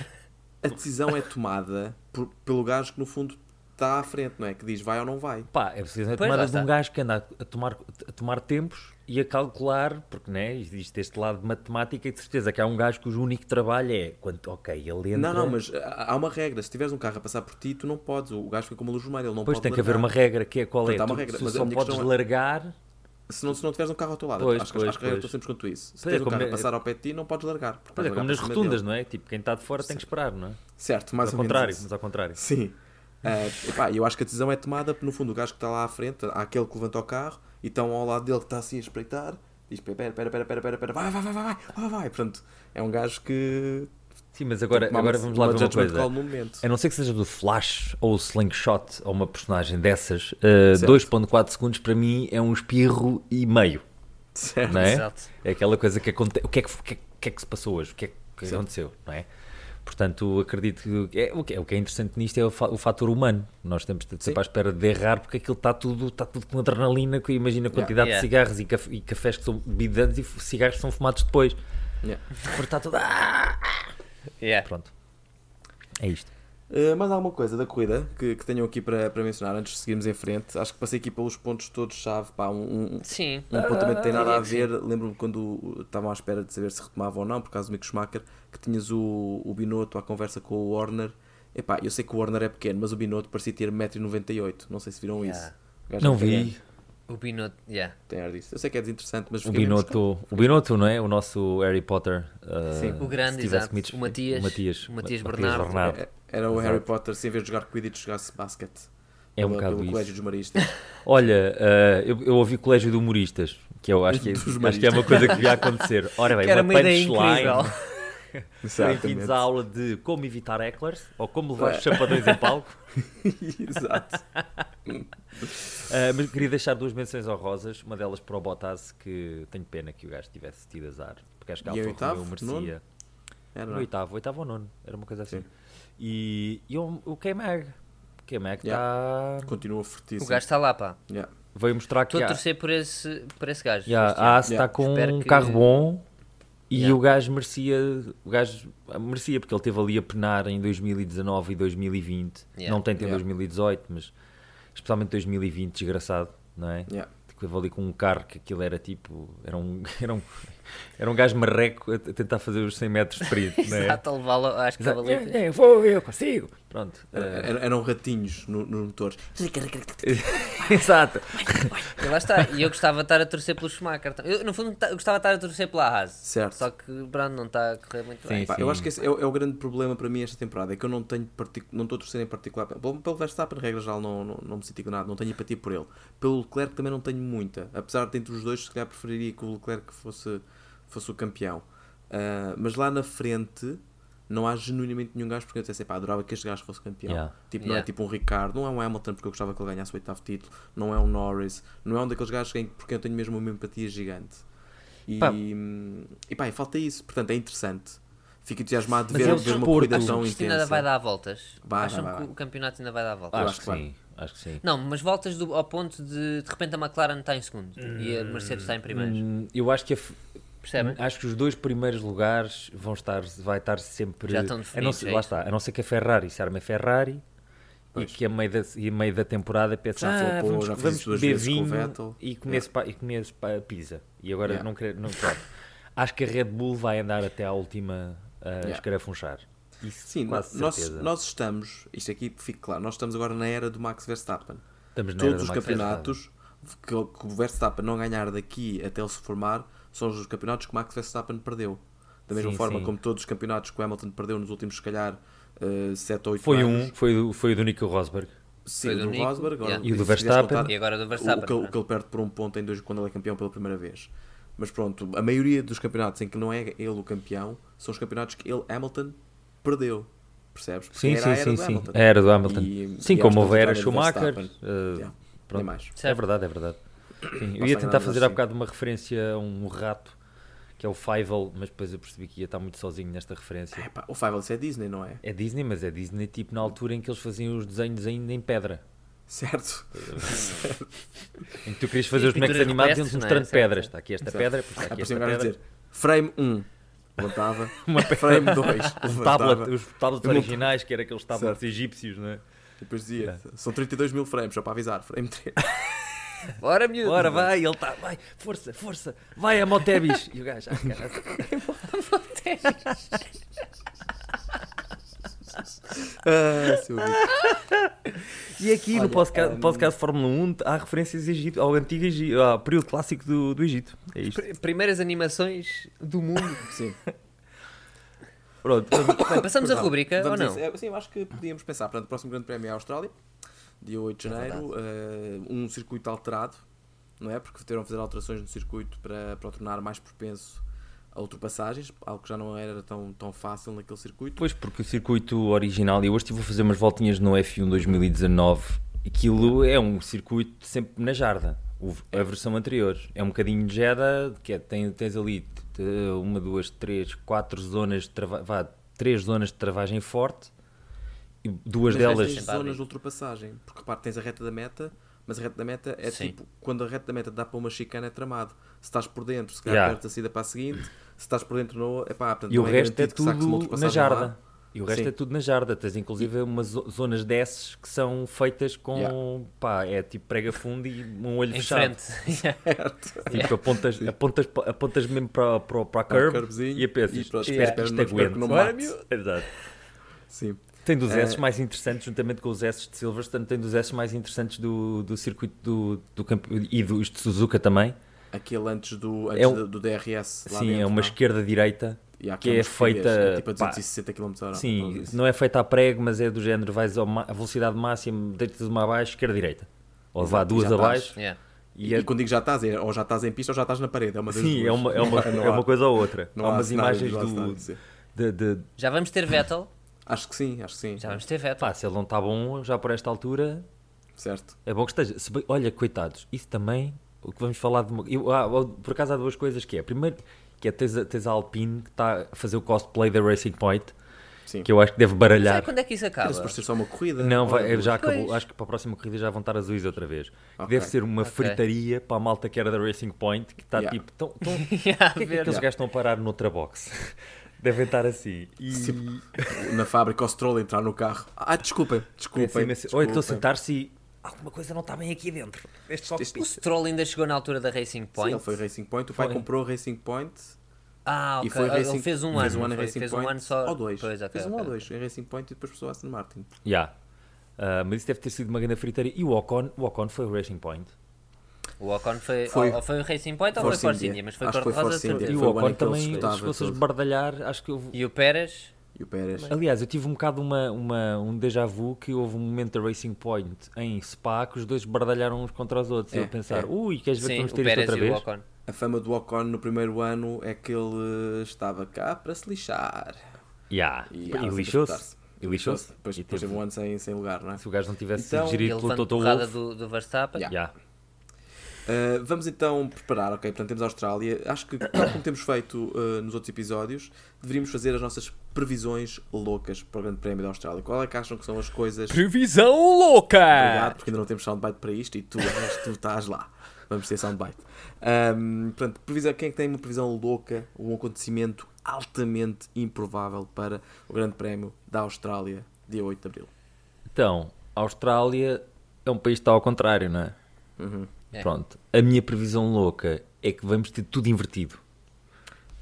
Speaker 1: A decisão é tomada por- pelo gajo que no fundo está à frente, não é? Que diz vai ou não vai.
Speaker 4: Pá, é preciso a
Speaker 3: Pois, lá
Speaker 4: tomada de
Speaker 3: está.
Speaker 4: um gajo que anda a tomar, a tomar tempos e a calcular, porque né, existe este lado de matemática e de certeza que há um gajo cujo único trabalho é quando, ok, ele entra.
Speaker 1: Não, não, mas há- há uma regra. Se tiveres um carro a passar por ti, tu não podes. O gajo fica como luz vermelha, ele não
Speaker 4: Depois
Speaker 1: pode
Speaker 4: tem que haver
Speaker 1: largar.
Speaker 4: uma regra que é qual é.
Speaker 1: Portanto, há uma
Speaker 4: tu-
Speaker 1: regra,
Speaker 4: tu
Speaker 1: mas a
Speaker 4: só
Speaker 1: minha
Speaker 4: podes
Speaker 1: questão é-
Speaker 4: largar.
Speaker 1: Se não, se não tiveres um carro ao teu lado,
Speaker 4: Pois,
Speaker 1: acho, que-
Speaker 4: pois,
Speaker 1: acho que as regras
Speaker 4: pois.
Speaker 1: estão sempre quanto isso. Se
Speaker 4: Pois é,
Speaker 1: tens um
Speaker 4: como
Speaker 1: carro a
Speaker 4: na-
Speaker 1: passar ao pé de ti, não podes largar. porque
Speaker 4: Pois é,
Speaker 1: vais
Speaker 4: como
Speaker 1: largar
Speaker 4: nas
Speaker 1: para cima
Speaker 4: rotundas,
Speaker 1: dele.
Speaker 4: não é? Tipo, quem está de fora tem que esperar, não é?
Speaker 1: Certo, mais
Speaker 4: Mas ao
Speaker 1: ou menos
Speaker 4: contrário,
Speaker 1: isso.
Speaker 4: mas ao contrário.
Speaker 1: Sim. Ah, epá, eu acho que a decisão é tomada, no fundo, o gajo que está lá à frente, há aquele que levanta o carro e estão ao lado dele que está assim a espreitar. Diz: pera, pera, pera, pera, pera, pera, vai, vai, vai, vai, vai, vai, vai. Portanto, é um gajo que.
Speaker 4: Sim, mas agora,
Speaker 1: toma
Speaker 4: agora
Speaker 1: Então, uma-
Speaker 4: vamos lá ver uma
Speaker 1: judgment
Speaker 4: coisa. É
Speaker 1: call no momento.
Speaker 4: A não ser que seja do Flash ou o Slingshot ou uma personagem dessas, eh, 2.4 segundos para mim é um espirro e meio,
Speaker 1: Certo.
Speaker 4: não é?
Speaker 3: Exato.
Speaker 4: É aquela coisa que acontece. O que é que, o que, é- o que é que se passou hoje? O que é que aconteceu, não é? Portanto, acredito que é, o, que é, o que é interessante nisto é o, fa- o fator humano. Nós temos de estar sempre à espera de errar porque aquilo está tudo, está tudo com adrenalina. Que imagina a quantidade
Speaker 3: Yeah.
Speaker 4: de cigarros e, caf- e cafés que são bebidos antes e f- cigarros que são fumados depois.
Speaker 1: Yeah.
Speaker 4: Porque está tudo. Ah!
Speaker 3: Yeah.
Speaker 4: Pronto. É isto.
Speaker 1: Uh, mais alguma coisa da corrida que, que tenham aqui para, para mencionar antes de seguirmos em frente? Acho que passei aqui pelos pontos todos-chave. Pá, um, um,
Speaker 3: Sim.
Speaker 1: um ponto também que tem nada a ver. Lembro-me quando uh, estavam à espera de saber se retomava ou não, por causa do Mick Schumacher, que tinhas o, o Binotto à conversa com o Warner. Epá, eu sei que o Warner é pequeno, mas o Binotto parecia ter 1,98m. Não sei se viram isso. O gajo
Speaker 4: Não
Speaker 1: é pequeno,
Speaker 4: vi.
Speaker 3: O Binot, yeah.
Speaker 1: Tem ar disso. Eu sei que é desinteressante, mas
Speaker 4: O
Speaker 1: fiquei mesmo chocado.
Speaker 4: Binotto, o Binotto, não é? O nosso Harry Potter. uh,
Speaker 1: Sim.
Speaker 3: O grande,
Speaker 4: se tivesse
Speaker 3: exato.
Speaker 4: comido-
Speaker 3: O Matias-
Speaker 4: o Matias,
Speaker 3: o Matias
Speaker 4: Ma-
Speaker 3: Bernardo.
Speaker 1: É- Era o Harry Potter, se em vez de jogar Quidditch, jogasse basquet.
Speaker 4: É um
Speaker 1: Pela-
Speaker 4: bocado
Speaker 1: pelo
Speaker 4: isso.
Speaker 1: Colégio dos Maristas.
Speaker 4: Olha, eh, eu, eu ouvi Colégio de Humoristas, que eu acho que,
Speaker 1: Dos
Speaker 4: acho que é uma coisa que devia acontecer. Ora bem,
Speaker 3: Que era uma ideia incrível.
Speaker 4: punchline. Bem-vindos à aula de como evitar hecklers ou como levar
Speaker 1: É.
Speaker 4: chapadões em palco.
Speaker 1: Exato.
Speaker 4: Eh, mas queria deixar duas menções honrosas, uma delas para o Bottas, que tenho pena que o gajo tivesse tido azar, porque acho que a
Speaker 1: E em
Speaker 4: Alfa Romeo
Speaker 1: oitavo,
Speaker 4: merecia.
Speaker 1: nono? Era,
Speaker 4: No
Speaker 1: não.
Speaker 4: oitavo, oitavo ou nono, era uma coisa assim.
Speaker 1: Sim.
Speaker 4: E, e o, o K-Mag, o K-Mag está...
Speaker 1: Continua fortíssimo.
Speaker 3: O gajo está lá, pá.
Speaker 1: Yeah.
Speaker 4: Veio mostrar que
Speaker 3: Estou a
Speaker 4: há-
Speaker 3: torcer por esse, por esse gajo.
Speaker 4: Yeah,
Speaker 3: este
Speaker 4: a
Speaker 3: ano.
Speaker 4: Haas está
Speaker 1: Yeah.
Speaker 4: com
Speaker 3: Espero
Speaker 4: um
Speaker 3: que-
Speaker 4: carro bom e
Speaker 3: Yeah.
Speaker 4: o gajo merecia, o gajo merecia porque ele esteve ali a penar em 2019 e 2020.
Speaker 3: Yeah.
Speaker 4: Não tanto em
Speaker 1: Yeah.
Speaker 4: 2018, mas especialmente 2020, desgraçado, não é?
Speaker 1: Yeah.
Speaker 4: Que Esteve ali com tipo, um carro que aquilo era tipo, era um, era um, Era um gajo marreco a t- tentar fazer os 100 metros de espírito, não é?
Speaker 3: Exato, a levá-lo às
Speaker 4: Exato.
Speaker 3: cavalitas.
Speaker 4: É, é, vou, eu consigo. Pronto. eh,
Speaker 1: Era- Eram ratinhos no- nos motores.
Speaker 4: Exato.
Speaker 3: E lá está. E eu gostava de estar a torcer pelo Schumacher. Eu, no fundo, ta- eu gostava de estar a torcer pela Haas.
Speaker 1: Certo.
Speaker 3: Só que, pronto, não está a correr muito bem.
Speaker 4: Sim.
Speaker 1: Pá, eu acho que esse é, o- é o grande problema para mim esta temporada, é que eu não tenho particu- não estou a torcer em particular pelo, pelo Verstappen, regra geral, não, não, não me sinto nada, não tenho empatia por ele. Pelo Leclerc também não tenho muita, apesar de entre os dois, se calhar preferiria que o Leclerc fosse, fosse o campeão. Ah, mas lá na frente não há genuinamente nenhum gajo porque eu dissesse, pá, adorava que este gajo fosse campeão.
Speaker 4: Yeah.
Speaker 1: Tipo, não é
Speaker 3: Yeah.
Speaker 1: tipo um Ricardo, não é um Hamilton porque eu gostava que ele ganhasse o oitavo título, não é um Norris, não é um daqueles gajos em que- porque eu tenho mesmo uma empatia gigante. E,
Speaker 4: Pá.
Speaker 1: e pá, e falta isso. Portanto, é interessante. Fico entusiasmado de
Speaker 4: Mas
Speaker 1: ver,
Speaker 4: é o
Speaker 1: ver uma
Speaker 4: desporto.
Speaker 1: corrida
Speaker 4: Achas
Speaker 1: tão
Speaker 3: Isto ainda
Speaker 1: intensa.
Speaker 3: vai dar voltas.
Speaker 1: Vai,
Speaker 3: Acham
Speaker 1: vai, vai.
Speaker 3: que o campeonato ainda vai dar voltas?
Speaker 4: Acho
Speaker 1: que
Speaker 4: que
Speaker 1: vai.
Speaker 4: sim. Acho que sim.
Speaker 3: Não, mas voltas do- ao ponto de de repente a McLaren está em segundo e a Mercedes está em primeiro.
Speaker 4: Hum, Eu acho que a f-
Speaker 3: Percebem?
Speaker 4: Acho que os dois primeiros lugares vão estar, vai estar sempre.
Speaker 3: Já estão
Speaker 4: a não
Speaker 3: definidos,
Speaker 4: ser,
Speaker 3: é
Speaker 4: lá
Speaker 3: isso?
Speaker 4: está, a não ser que a Ferrari se arme a Ferrari
Speaker 1: Pois.
Speaker 4: e que a meio da, e a meio da temporada pense,
Speaker 1: Já
Speaker 4: ah,
Speaker 1: flopou,
Speaker 4: vamos,
Speaker 1: já fez
Speaker 4: vamos
Speaker 1: isso duas
Speaker 4: beber
Speaker 1: vezes com o
Speaker 4: vinho
Speaker 1: Vettel."
Speaker 4: e comer, pa, e comer pa- pizza. E agora
Speaker 1: Yeah.
Speaker 4: não querer. Não, pronto. Acho que a Red Bull vai andar até à última a escarafunchar. Isso,
Speaker 1: Sim,
Speaker 4: quase
Speaker 1: nós,
Speaker 4: certeza.
Speaker 1: nós estamos, isto aqui fica claro, nós estamos agora na era do Max Verstappen.
Speaker 4: Estamos na era
Speaker 1: Todos os
Speaker 4: do Max
Speaker 1: campeonatos que, o- que o Verstappen não ganhar daqui até ele se formar são os campeonatos que o Max Verstappen perdeu. Da mesma
Speaker 4: Sim,
Speaker 1: forma
Speaker 4: sim.
Speaker 1: como todos os campeonatos que o Hamilton perdeu nos últimos, se calhar, 7 ou 8
Speaker 4: Foi
Speaker 1: anos.
Speaker 4: um, foi, o- foi o do Nico Rosberg.
Speaker 1: Sim,
Speaker 3: Foi
Speaker 1: o
Speaker 3: do
Speaker 1: do
Speaker 3: Nico,
Speaker 1: Rosberg agora,
Speaker 3: yeah.
Speaker 4: E o
Speaker 1: se
Speaker 4: do
Speaker 1: quiseres
Speaker 4: Verstappen.
Speaker 1: contar,
Speaker 3: E agora o do
Speaker 1: o-
Speaker 3: Verstappen,
Speaker 1: O que, ele-
Speaker 3: não é?
Speaker 1: o que ele perde por um ponto em dois quando ele é campeão pela primeira vez. Mas pronto, a maioria dos campeonatos em que não é ele o campeão são os campeonatos que ele, Hamilton, perdeu. Percebes? Porque
Speaker 4: Sim,
Speaker 1: era
Speaker 4: sim,
Speaker 1: a era
Speaker 4: sim,
Speaker 1: do
Speaker 4: sim.
Speaker 1: Hamilton.
Speaker 4: A era do Hamilton.
Speaker 1: E-
Speaker 4: sim,
Speaker 1: e
Speaker 4: como
Speaker 1: acho que
Speaker 4: houve a
Speaker 1: a vitória
Speaker 4: era
Speaker 1: do
Speaker 4: Schumacher.
Speaker 1: Verstappen,
Speaker 4: eh,
Speaker 1: yeah,
Speaker 4: pronto.
Speaker 1: nem mais.
Speaker 4: É verdade, é verdade. Sim, eu
Speaker 1: Passa
Speaker 4: ia tentar
Speaker 1: grande
Speaker 4: fazer há
Speaker 1: assim.
Speaker 4: bocado uma referência a um rato que é o Fievel, mas depois eu percebi que ia estar muito sozinho nesta referência.
Speaker 1: Epá, o Five é Disney, não é?
Speaker 4: É Disney, mas é Disney tipo na altura em que eles faziam os desenhos ainda em pedra.
Speaker 1: Certo?
Speaker 4: Em que tu queres fazer os bonecos
Speaker 3: pinturas
Speaker 4: animados
Speaker 3: rupestres,
Speaker 4: eles
Speaker 3: não é?
Speaker 4: mostrando
Speaker 3: Certo,
Speaker 4: pedras.
Speaker 3: certo.
Speaker 4: Está aqui esta pedra, depois está
Speaker 1: É
Speaker 4: aqui
Speaker 1: por isso
Speaker 4: esta
Speaker 1: que eu dizer
Speaker 4: pedra.
Speaker 1: frame 1, levantava. frame 2,
Speaker 4: Um
Speaker 1: levantava.
Speaker 4: tablet, os tablets originais, que era aqueles tablets egípcios, não é?
Speaker 1: E Depois dizia, são 32 mil frames, só para avisar, frame 3.
Speaker 3: Ora, miúdo!
Speaker 4: Ora, vai, ele está, vai, força, força, vai a Motebis. E o gajo, ah, caralho.
Speaker 1: ah, seu bicho.
Speaker 4: E aqui no
Speaker 1: Olha,
Speaker 4: podcast,
Speaker 1: hum,
Speaker 4: podcast Fórmula 1 há referências Egito, ao antigo Egito, ao período clássico do, do Egito. É isto.
Speaker 3: Pr- Primeiras animações do mundo.
Speaker 1: Sim.
Speaker 4: Pronto, vamos-
Speaker 3: Bem, passamos a
Speaker 1: Perdão.
Speaker 3: rubrica, ou
Speaker 1: Vamos a
Speaker 3: não?
Speaker 1: isso. É, sim, eu acho que podíamos pensar. Portanto, o próximo Grande Prémio é a Austrália, dia 8
Speaker 4: É
Speaker 1: de janeiro, eh, um circuito alterado, não é? Porque terão a fazer alterações no circuito para, para o tornar mais propenso a ultrapassagens, algo que já não era tão, tão fácil naquele circuito.
Speaker 4: Pois, porque o circuito original, eu hoje estive a fazer umas voltinhas no F1 2019, aquilo é um circuito sempre na jarda, o- a versão anterior. É um bocadinho de Jeddah, que é, tem- tens ali t- uma, duas, três, quatro zonas de trava- vá, três zonas de travagem forte, e duas
Speaker 1: Mas
Speaker 4: delas...
Speaker 1: tens
Speaker 3: Sempre há
Speaker 1: zonas
Speaker 3: ali.
Speaker 1: de ultrapassagem, porque repare, tens a reta da meta, mas a reta da meta é
Speaker 3: Sim.
Speaker 1: tipo, quando a reta da meta dá para uma chicana é tramado. Se estás por dentro, se calhar
Speaker 4: Yeah.
Speaker 1: perto da saída para a seguinte, se estás por dentro não, é pá, portanto,
Speaker 4: E o
Speaker 1: não é
Speaker 4: resto é
Speaker 1: garantido que saques uma
Speaker 4: tudo na
Speaker 1: ultrapassagem lá.
Speaker 4: jarda. E o resto
Speaker 1: Sim.
Speaker 4: é tudo na jarda. Tens inclusive umas zo- zonas desses que são feitas com.
Speaker 1: Yeah.
Speaker 4: pá, é tipo prega fundo e um olho
Speaker 3: Em
Speaker 4: fechado.
Speaker 3: frente.
Speaker 1: É.
Speaker 4: Tipo, apontas, apontas, pa- apontas mesmo para, para, para a curve
Speaker 1: curvezinho
Speaker 4: e a pensas,
Speaker 1: e pronto,
Speaker 4: espero
Speaker 1: yeah.
Speaker 4: que isto
Speaker 1: espero que
Speaker 4: aguente.
Speaker 1: não me mate.
Speaker 4: Exato.
Speaker 1: Sim.
Speaker 4: Tem dos
Speaker 1: Eh,
Speaker 4: S mais interessantes, juntamente com os S de Silverstone, tem dos S mais interessantes do, do circuito do, do campo e dos de Suzuka também.
Speaker 1: Aquele antes do, antes
Speaker 4: É um-
Speaker 1: do- do DRS lá
Speaker 4: Sim,
Speaker 1: dentro,
Speaker 4: é uma
Speaker 1: não?
Speaker 4: esquerda-direita
Speaker 1: E há
Speaker 4: que é
Speaker 1: aqueles portugueses,
Speaker 4: feita.
Speaker 1: é tipo a
Speaker 4: pá,
Speaker 1: 260 km hora.
Speaker 4: Sim, não é feita a prego, mas é do género, vais ao ma- à velocidade máxima, deitas uma abaixo, esquerda, direita. Ou vá
Speaker 1: Exato, e
Speaker 4: duas
Speaker 1: já estás.
Speaker 4: abaixo.
Speaker 3: Yeah.
Speaker 1: E,
Speaker 4: E é,
Speaker 1: quando digo já estás, é, ou já estás em pista ou já estás na parede. É uma das
Speaker 4: sim,
Speaker 1: duas.
Speaker 4: é uma, é uma,
Speaker 1: Não
Speaker 4: é
Speaker 1: há-
Speaker 4: uma coisa ou outra.
Speaker 1: não
Speaker 4: há
Speaker 1: há
Speaker 4: umas
Speaker 1: cenários,
Speaker 4: imagens
Speaker 1: não há
Speaker 4: do.
Speaker 1: cenários, sim.
Speaker 4: De, de-
Speaker 3: Já vamos ter Vettel.
Speaker 1: Acho que sim, acho que sim.
Speaker 3: Já vamos ter Vettel.
Speaker 4: pá, se ele não está bom já por esta altura,
Speaker 1: Certo.
Speaker 4: é bom que esteja. Se bem- olha, coitados, isso também, o que vamos falar de. uma- eu- ah, oh, por acaso há duas coisas que é. Primeiro, que é tens, a- tens a Alpine que está a fazer o cosplay da Racing Point,
Speaker 1: Sim.
Speaker 4: que eu acho que deve
Speaker 3: Não
Speaker 4: baralhar.
Speaker 3: sei quando é que isso acaba.
Speaker 1: Parece por ser só uma corrida.
Speaker 4: Não,
Speaker 1: Olha,
Speaker 4: vai, já
Speaker 3: Pois.
Speaker 4: acabou. Acho que para a próxima corrida já vão estar azuis outra vez.
Speaker 1: Ok.
Speaker 4: Deve ser uma
Speaker 3: Ok.
Speaker 4: fritaria para a malta que era da Racing Point, que está
Speaker 1: Yeah.
Speaker 4: tipo. Tão, tão... O
Speaker 3: Yeah,
Speaker 4: que é que
Speaker 3: ver.
Speaker 4: aqueles gajos estão a parar noutra box? Devem estar assim. E...
Speaker 1: Na fábrica, o Stroll entrar no carro. Ah, desculpem, desculpem.
Speaker 4: É assim, assim, Ou então
Speaker 1: desculpem.
Speaker 4: sentar-se e. alguma coisa não está bem aqui dentro. Este
Speaker 3: O Stroll ainda chegou na altura da Racing
Speaker 1: Sim,
Speaker 3: Point.
Speaker 1: ele foi Racing Point, o pai comprou Racing Point
Speaker 3: Ah, ok.
Speaker 1: e foi
Speaker 3: ele
Speaker 1: Racing
Speaker 3: fez um ano.
Speaker 1: fez um
Speaker 3: não
Speaker 1: ano em
Speaker 3: foi?
Speaker 1: Racing
Speaker 3: fez
Speaker 1: Point
Speaker 3: um ano só.
Speaker 1: ou dois.
Speaker 3: Pois, ok,
Speaker 1: fez um
Speaker 3: ok,
Speaker 1: ou
Speaker 3: ok.
Speaker 1: dois em Racing Point e depois passou a Aston Martin.
Speaker 4: Yeah. Ah, mas isso deve ter sido uma grande fritaria. E o Ocon, o Ocon foi o Racing Point.
Speaker 3: O Ocon foi,
Speaker 1: Foi-
Speaker 3: ou, ou foi o Racing Point ou
Speaker 1: Force
Speaker 3: foi o Force
Speaker 1: India.
Speaker 3: India, mas foi
Speaker 1: Acho que foi
Speaker 3: cor-de-rosa.
Speaker 1: Force India.
Speaker 3: de
Speaker 4: E
Speaker 1: Foi
Speaker 4: o
Speaker 1: o ano
Speaker 3: certeza.
Speaker 1: em
Speaker 4: Ocon
Speaker 1: que ele
Speaker 4: também,
Speaker 1: disputava
Speaker 4: se fosse
Speaker 1: tudo.
Speaker 4: esbardalhar, acho que houve...
Speaker 3: E o Pérez,
Speaker 1: E o Pérez.
Speaker 4: Aliás, eu tive um bocado uma, uma- um déjà vu que houve um momento da Racing Point em Spa que os dois esbardalharam uns contra os outros. e
Speaker 1: É,
Speaker 4: eu pensar,
Speaker 1: é.
Speaker 4: ui, queres ver que
Speaker 3: sim,
Speaker 4: vamos
Speaker 3: o
Speaker 4: ter isto
Speaker 3: Pérez
Speaker 4: outra
Speaker 3: e o
Speaker 4: vez?
Speaker 3: Ocon.
Speaker 1: A fama do Ocon no primeiro ano é que ele estava cá para se lixar.
Speaker 4: Yeah.
Speaker 1: E
Speaker 4: E,
Speaker 1: há, sempre
Speaker 4: lixou-se.
Speaker 1: espetar-se.
Speaker 4: E lixou-se.
Speaker 1: Depois,
Speaker 4: E
Speaker 1: depois
Speaker 4: teve-
Speaker 1: teve um ano sem, sem lugar, não é?
Speaker 4: Se o gajo não tivesse
Speaker 1: Então,
Speaker 4: sido
Speaker 3: E
Speaker 4: gerido
Speaker 3: ele
Speaker 4: pelo
Speaker 3: levanta
Speaker 4: Toto
Speaker 3: porrada
Speaker 4: Wolff...
Speaker 3: do, do Verstappen.
Speaker 1: Yeah.
Speaker 4: Yeah.
Speaker 1: Uh, vamos então preparar, ok? Portanto, temos a Austrália. Acho que, tal como temos feito uh, nos outros episódios, deveríamos fazer as nossas previsões loucas para o Grande Prémio da Austrália. Qual é que acham que são as coisas.
Speaker 2: Previsão louca!
Speaker 4: Ah.
Speaker 1: Obrigado, porque ainda não temos soundbite para isto e tu, és- tu estás lá. Vamos ter soundbite. Um, portanto, previsão, quem é que tem uma previsão louca, um acontecimento altamente improvável para o Grande Prémio da Austrália, dia 8 de Abril?
Speaker 4: Então, a Austrália é um país que está ao contrário, não é?
Speaker 1: Uhum.
Speaker 3: É.
Speaker 4: Pronto. A minha previsão louca é que vamos ter tudo invertido.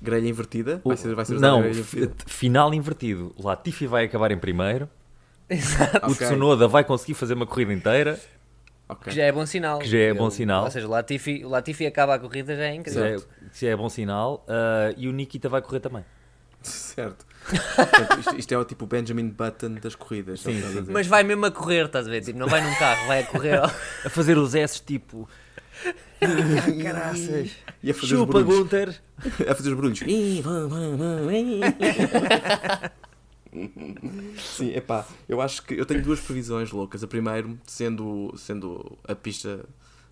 Speaker 1: Grelha invertida?
Speaker 4: O-
Speaker 1: Vai ser, vai ser usada a
Speaker 4: não,
Speaker 1: grelha
Speaker 4: f-
Speaker 1: invertida?
Speaker 4: final invertido. O Latifi vai acabar em primeiro. tá, O
Speaker 1: Ok,
Speaker 4: Tsunoda vai conseguir fazer uma corrida inteira.
Speaker 1: ok.
Speaker 3: Que já é bom sinal.
Speaker 4: Que já é bom
Speaker 3: Ele-
Speaker 4: sinal.
Speaker 3: Ou seja, o Latifi, o Latifi acaba a corrida, já é
Speaker 4: Isso
Speaker 3: incrível.
Speaker 4: é, isso é bom sinal. Ah, e o Nikita vai correr também.
Speaker 1: Certo. Portanto, isto, isto é o tipo Benjamin Button das corridas. é o que estás a dizer.
Speaker 3: Mas vai mesmo a correr, estás a ver? Tipo, não vai num carro, vai a correr.
Speaker 4: A fazer os S tipo. "Ah, Caraças.
Speaker 1: E a fazer os
Speaker 4: Chupa,
Speaker 1: barulhos.
Speaker 4: Gunter.
Speaker 1: A É fazer os barulhos. Ih, vã, vã, vã, ih. Sim, epá, eu acho que eu tenho duas previsões loucas. A primeira, sendo, sendo a pista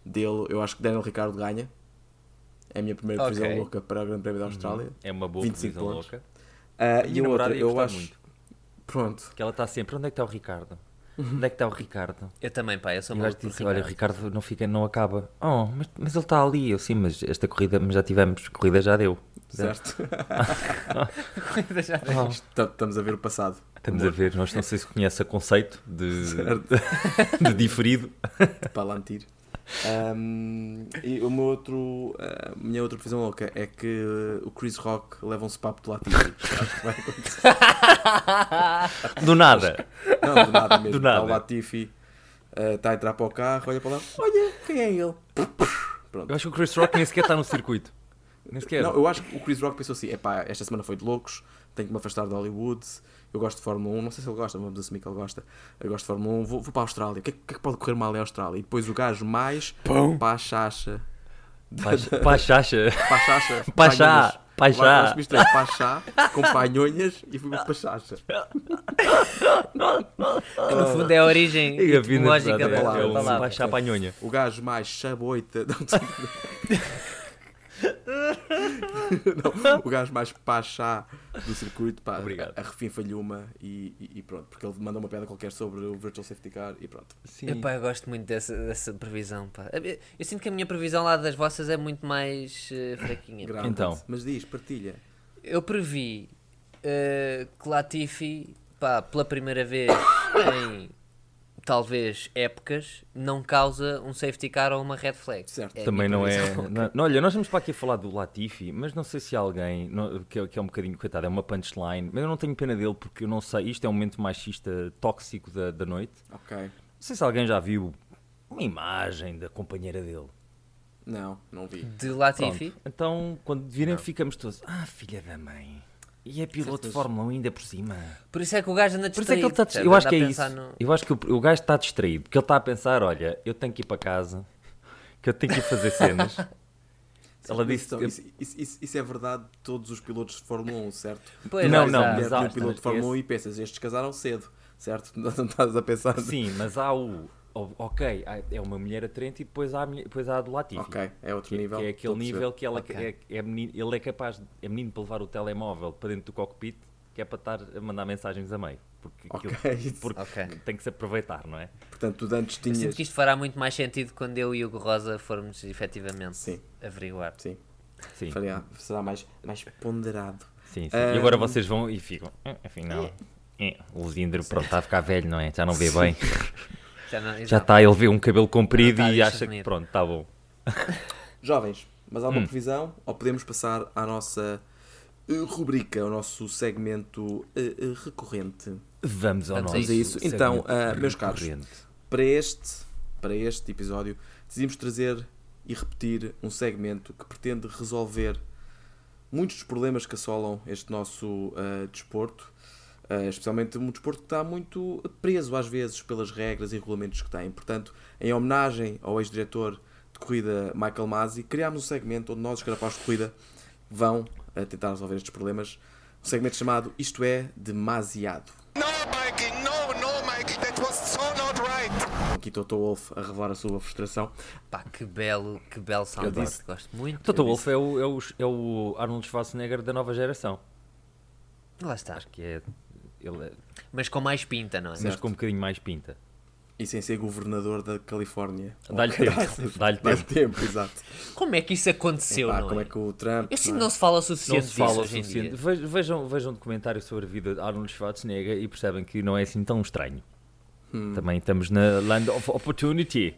Speaker 1: dele, eu acho que Daniel Ricardo ganha. É a minha primeira
Speaker 3: Ok.
Speaker 1: previsão louca para o Grande Prémio da Austrália.
Speaker 4: É uma boa
Speaker 1: 25
Speaker 4: previsão
Speaker 1: pontos.
Speaker 4: louca.
Speaker 1: Ah,
Speaker 4: A
Speaker 1: e
Speaker 4: minha
Speaker 1: a outra,
Speaker 4: namorada ia
Speaker 1: eu
Speaker 4: gostar
Speaker 1: acho.
Speaker 4: muito.
Speaker 1: Pronto,
Speaker 4: Que ela está sempre. Onde é que está o Ricardo? Onde é que está o Ricardo?
Speaker 3: Eu também, pá, eu sou
Speaker 4: E o gajo
Speaker 3: maluco por
Speaker 4: disse, assim,
Speaker 3: Ricardo.
Speaker 4: olha, o Ricardo não, fica, não acaba. Oh, mas, mas ele está ali. Eu, sim, mas esta corrida, mas já tivemos, corrida já deu.
Speaker 1: certo.
Speaker 3: Já-
Speaker 4: Oh,
Speaker 1: Tá- Estamos a ver o passado.
Speaker 4: estamos a ver, nós não sei se conhece o conceito de,
Speaker 1: Certo.
Speaker 4: de diferido.
Speaker 1: Palantir. Um, e o meu outro, a minha outra previsão louca é que o Chris Rock leva um papo do Latifi. Acho que vai acontecer.
Speaker 4: Do nada.
Speaker 1: Não, do nada mesmo.
Speaker 4: Do nada.
Speaker 1: Está o Latifi, eh, está a entrar para o carro, olha para lá, olha, quem é ele?
Speaker 4: Eu acho que o Chris Rock nem sequer está no circuito. Nem sequer.
Speaker 1: Não, eu acho que o Chris Rock pensou assim: epá, esta semana foi de loucos, tenho que me afastar de Hollywood, eu gosto de Fórmula 1, não sei se ele gosta, vamos assumir que ele gosta. Eu gosto de Fórmula 1, vou, vou para a Austrália, o que, é, o que é que pode correr mal em Austrália? E depois o gajo mais para a chacha.
Speaker 4: Pá- Pá, chacha.
Speaker 1: Pachacha.
Speaker 4: Pachá, pachá.
Speaker 1: Pachá. Misturei Pachá com panhonhas é e fui para Pachacha.
Speaker 3: No fundo é a origem
Speaker 4: E a vida
Speaker 3: etimológica
Speaker 4: é,
Speaker 3: da
Speaker 1: palavra.
Speaker 4: é
Speaker 3: da
Speaker 4: um
Speaker 1: Palavra.
Speaker 4: baixar para a nhonha.
Speaker 1: O gajo mais chaboita. Não, não, o gajo mais pachá do circuito. Pá,
Speaker 4: Obrigado.
Speaker 1: A refim falhou uma e, e- e pronto. Porque ele manda uma pedra qualquer sobre o Virtual Safety Car e pronto.
Speaker 4: Sim.
Speaker 3: Epá, eu gosto muito dessa, dessa previsão, pá. Eu, eu sinto que a minha previsão lá das vossas é muito mais eh, fraquinha.
Speaker 1: Grounded.
Speaker 4: Então.
Speaker 1: Mas diz, partilha.
Speaker 3: Eu previ eh, que Latifi, pá, pela primeira vez em talvez épocas, não causa um safety car ou uma red flag. tipo
Speaker 1: Certo.
Speaker 3: a
Speaker 4: Também
Speaker 3: minha
Speaker 4: não é.
Speaker 3: previsão.
Speaker 4: não- não, olha, nós vamos para aqui falar do Latifi, mas não sei se há alguém, não- que, é- que é um bocadinho, coitado, é uma punchline, mas eu não tenho pena dele porque eu não sei, isto é um momento machista tóxico da, da noite.
Speaker 1: Ok.
Speaker 4: Não sei se alguém já viu uma imagem da companheira dele.
Speaker 1: Não, não vi.
Speaker 3: De Latifi.
Speaker 4: Pronto. Então, quando virem, ficamos todos, ah, filha da mãe. E é piloto de Fórmula 1 ainda por cima.
Speaker 3: Por isso é que o gajo anda
Speaker 4: Por isso é
Speaker 3: distraído.
Speaker 4: que ele está
Speaker 3: percebes?
Speaker 4: Eu acho
Speaker 3: Anda
Speaker 4: que é
Speaker 3: a
Speaker 4: isso.
Speaker 3: pensar no-
Speaker 4: Eu acho que o, o gajo está distraído, porque ele está a pensar: olha, eu tenho que ir para casa, que eu tenho que ir fazer cenas. Ela disse-
Speaker 1: Então, isso, isso- isso- isso é verdade de todos os pilotos de Fórmula 1, certo?
Speaker 3: Pois,
Speaker 4: Não,
Speaker 3: lá
Speaker 4: não,
Speaker 3: está.
Speaker 4: mas
Speaker 1: Mulher de
Speaker 4: há-
Speaker 1: um piloto de Fórmula 1 e pensas, estes casaram cedo, certo? Não estás a pensar.
Speaker 4: Sim, mas há o. o- Ok, há- é uma mulher atraente e depois há a, mulher- depois há a do Latifi.
Speaker 1: Ok, é outro
Speaker 4: que,
Speaker 1: nível.
Speaker 4: Que é
Speaker 1: estou
Speaker 4: aquele
Speaker 1: a perceber.
Speaker 4: nível que ela
Speaker 3: Ok.
Speaker 4: é, é menino, ele é capaz, de- é menino para levar o telemóvel para dentro do cockpit, que é para estar a mandar mensagens a meio. Porque, aquilo-
Speaker 1: Ok.
Speaker 4: porque
Speaker 3: Ok.
Speaker 4: tem que se aproveitar, não é?
Speaker 1: Portanto, tu de antes
Speaker 3: Eu sinto
Speaker 1: tinhas.
Speaker 3: que isto fará muito mais sentido quando eu e o Hugo Rosa formos efetivamente
Speaker 1: Sim.
Speaker 3: averiguar.
Speaker 1: Sim,
Speaker 4: Sim, sim.
Speaker 1: faria- será mais, mais ponderado.
Speaker 4: sim. E agora
Speaker 1: Ahm.
Speaker 4: vocês vão é? e ficam. "Ah, Afinal, é, o Lusíndrio, pronto, está a ficar velho, não é? Já não vê bem.
Speaker 3: Já, não,
Speaker 4: Já
Speaker 3: exato.
Speaker 4: está, ele vê um cabelo comprido
Speaker 3: Não, tá,
Speaker 4: e
Speaker 3: deixa
Speaker 4: acha que
Speaker 3: bonito.
Speaker 4: pronto, está bom.
Speaker 1: Jovens, mas há
Speaker 4: Hum.
Speaker 1: uma previsão? Ou podemos passar à nossa eh, rubrica, ao nosso segmento eh, eh, recorrente?
Speaker 4: Vamos ao
Speaker 3: Vamos a
Speaker 4: nosso.
Speaker 1: isso.
Speaker 4: segmento
Speaker 1: Então, ah, meus caros.
Speaker 4: recorrente.
Speaker 1: Para este, para este episódio, decidimos trazer e repetir um segmento que pretende resolver muitos dos problemas que assolam este nosso ah, desporto, Ah, especialmente um desporto que está muito preso às vezes pelas regras e regulamentos que tem. Portanto, em homenagem ao ex-diretor de corrida Michael Masi, criámos um segmento onde nós, os carapazes de corrida, vão ah, tentar resolver estes problemas. Um segmento chamado Isto é Demasiado.
Speaker 5: No, Mikey, no, no, Mikey, that was so not right.
Speaker 1: Então, Aqui Toto Wolff a revelar a sua frustração.
Speaker 3: Pá, que belo, que belo soundboard.
Speaker 1: disse.
Speaker 3: Gosto muito.
Speaker 4: Toto Wolff é o, é, o, é o Arnold Schwarzenegger da nova geração.
Speaker 3: Lá está.
Speaker 4: Que é. Ele é
Speaker 3: Mas com mais pinta, não é?
Speaker 4: mas com um bocadinho mais pinta.
Speaker 1: E sem ser governador da Califórnia.
Speaker 4: Dá-lhe tempo. Dá-lhe
Speaker 1: Dá-lhe
Speaker 4: tempo.
Speaker 1: tempo, exato.
Speaker 3: Como é que isso aconteceu,
Speaker 1: Pá,
Speaker 3: não
Speaker 1: como
Speaker 3: é?
Speaker 1: é que o Trump.
Speaker 3: Eu sinto
Speaker 1: não
Speaker 3: que
Speaker 1: é?
Speaker 3: não se fala o
Speaker 4: Não
Speaker 3: suficiente
Speaker 4: se fala o
Speaker 3: disso hoje em
Speaker 4: suficiente.
Speaker 3: dia.
Speaker 4: Ve- Vejam, vejam um documentário sobre a vida de Arnold Schwarzenegger e percebem que não é assim tão estranho.
Speaker 3: Hum.
Speaker 4: Também estamos na Land of Opportunity.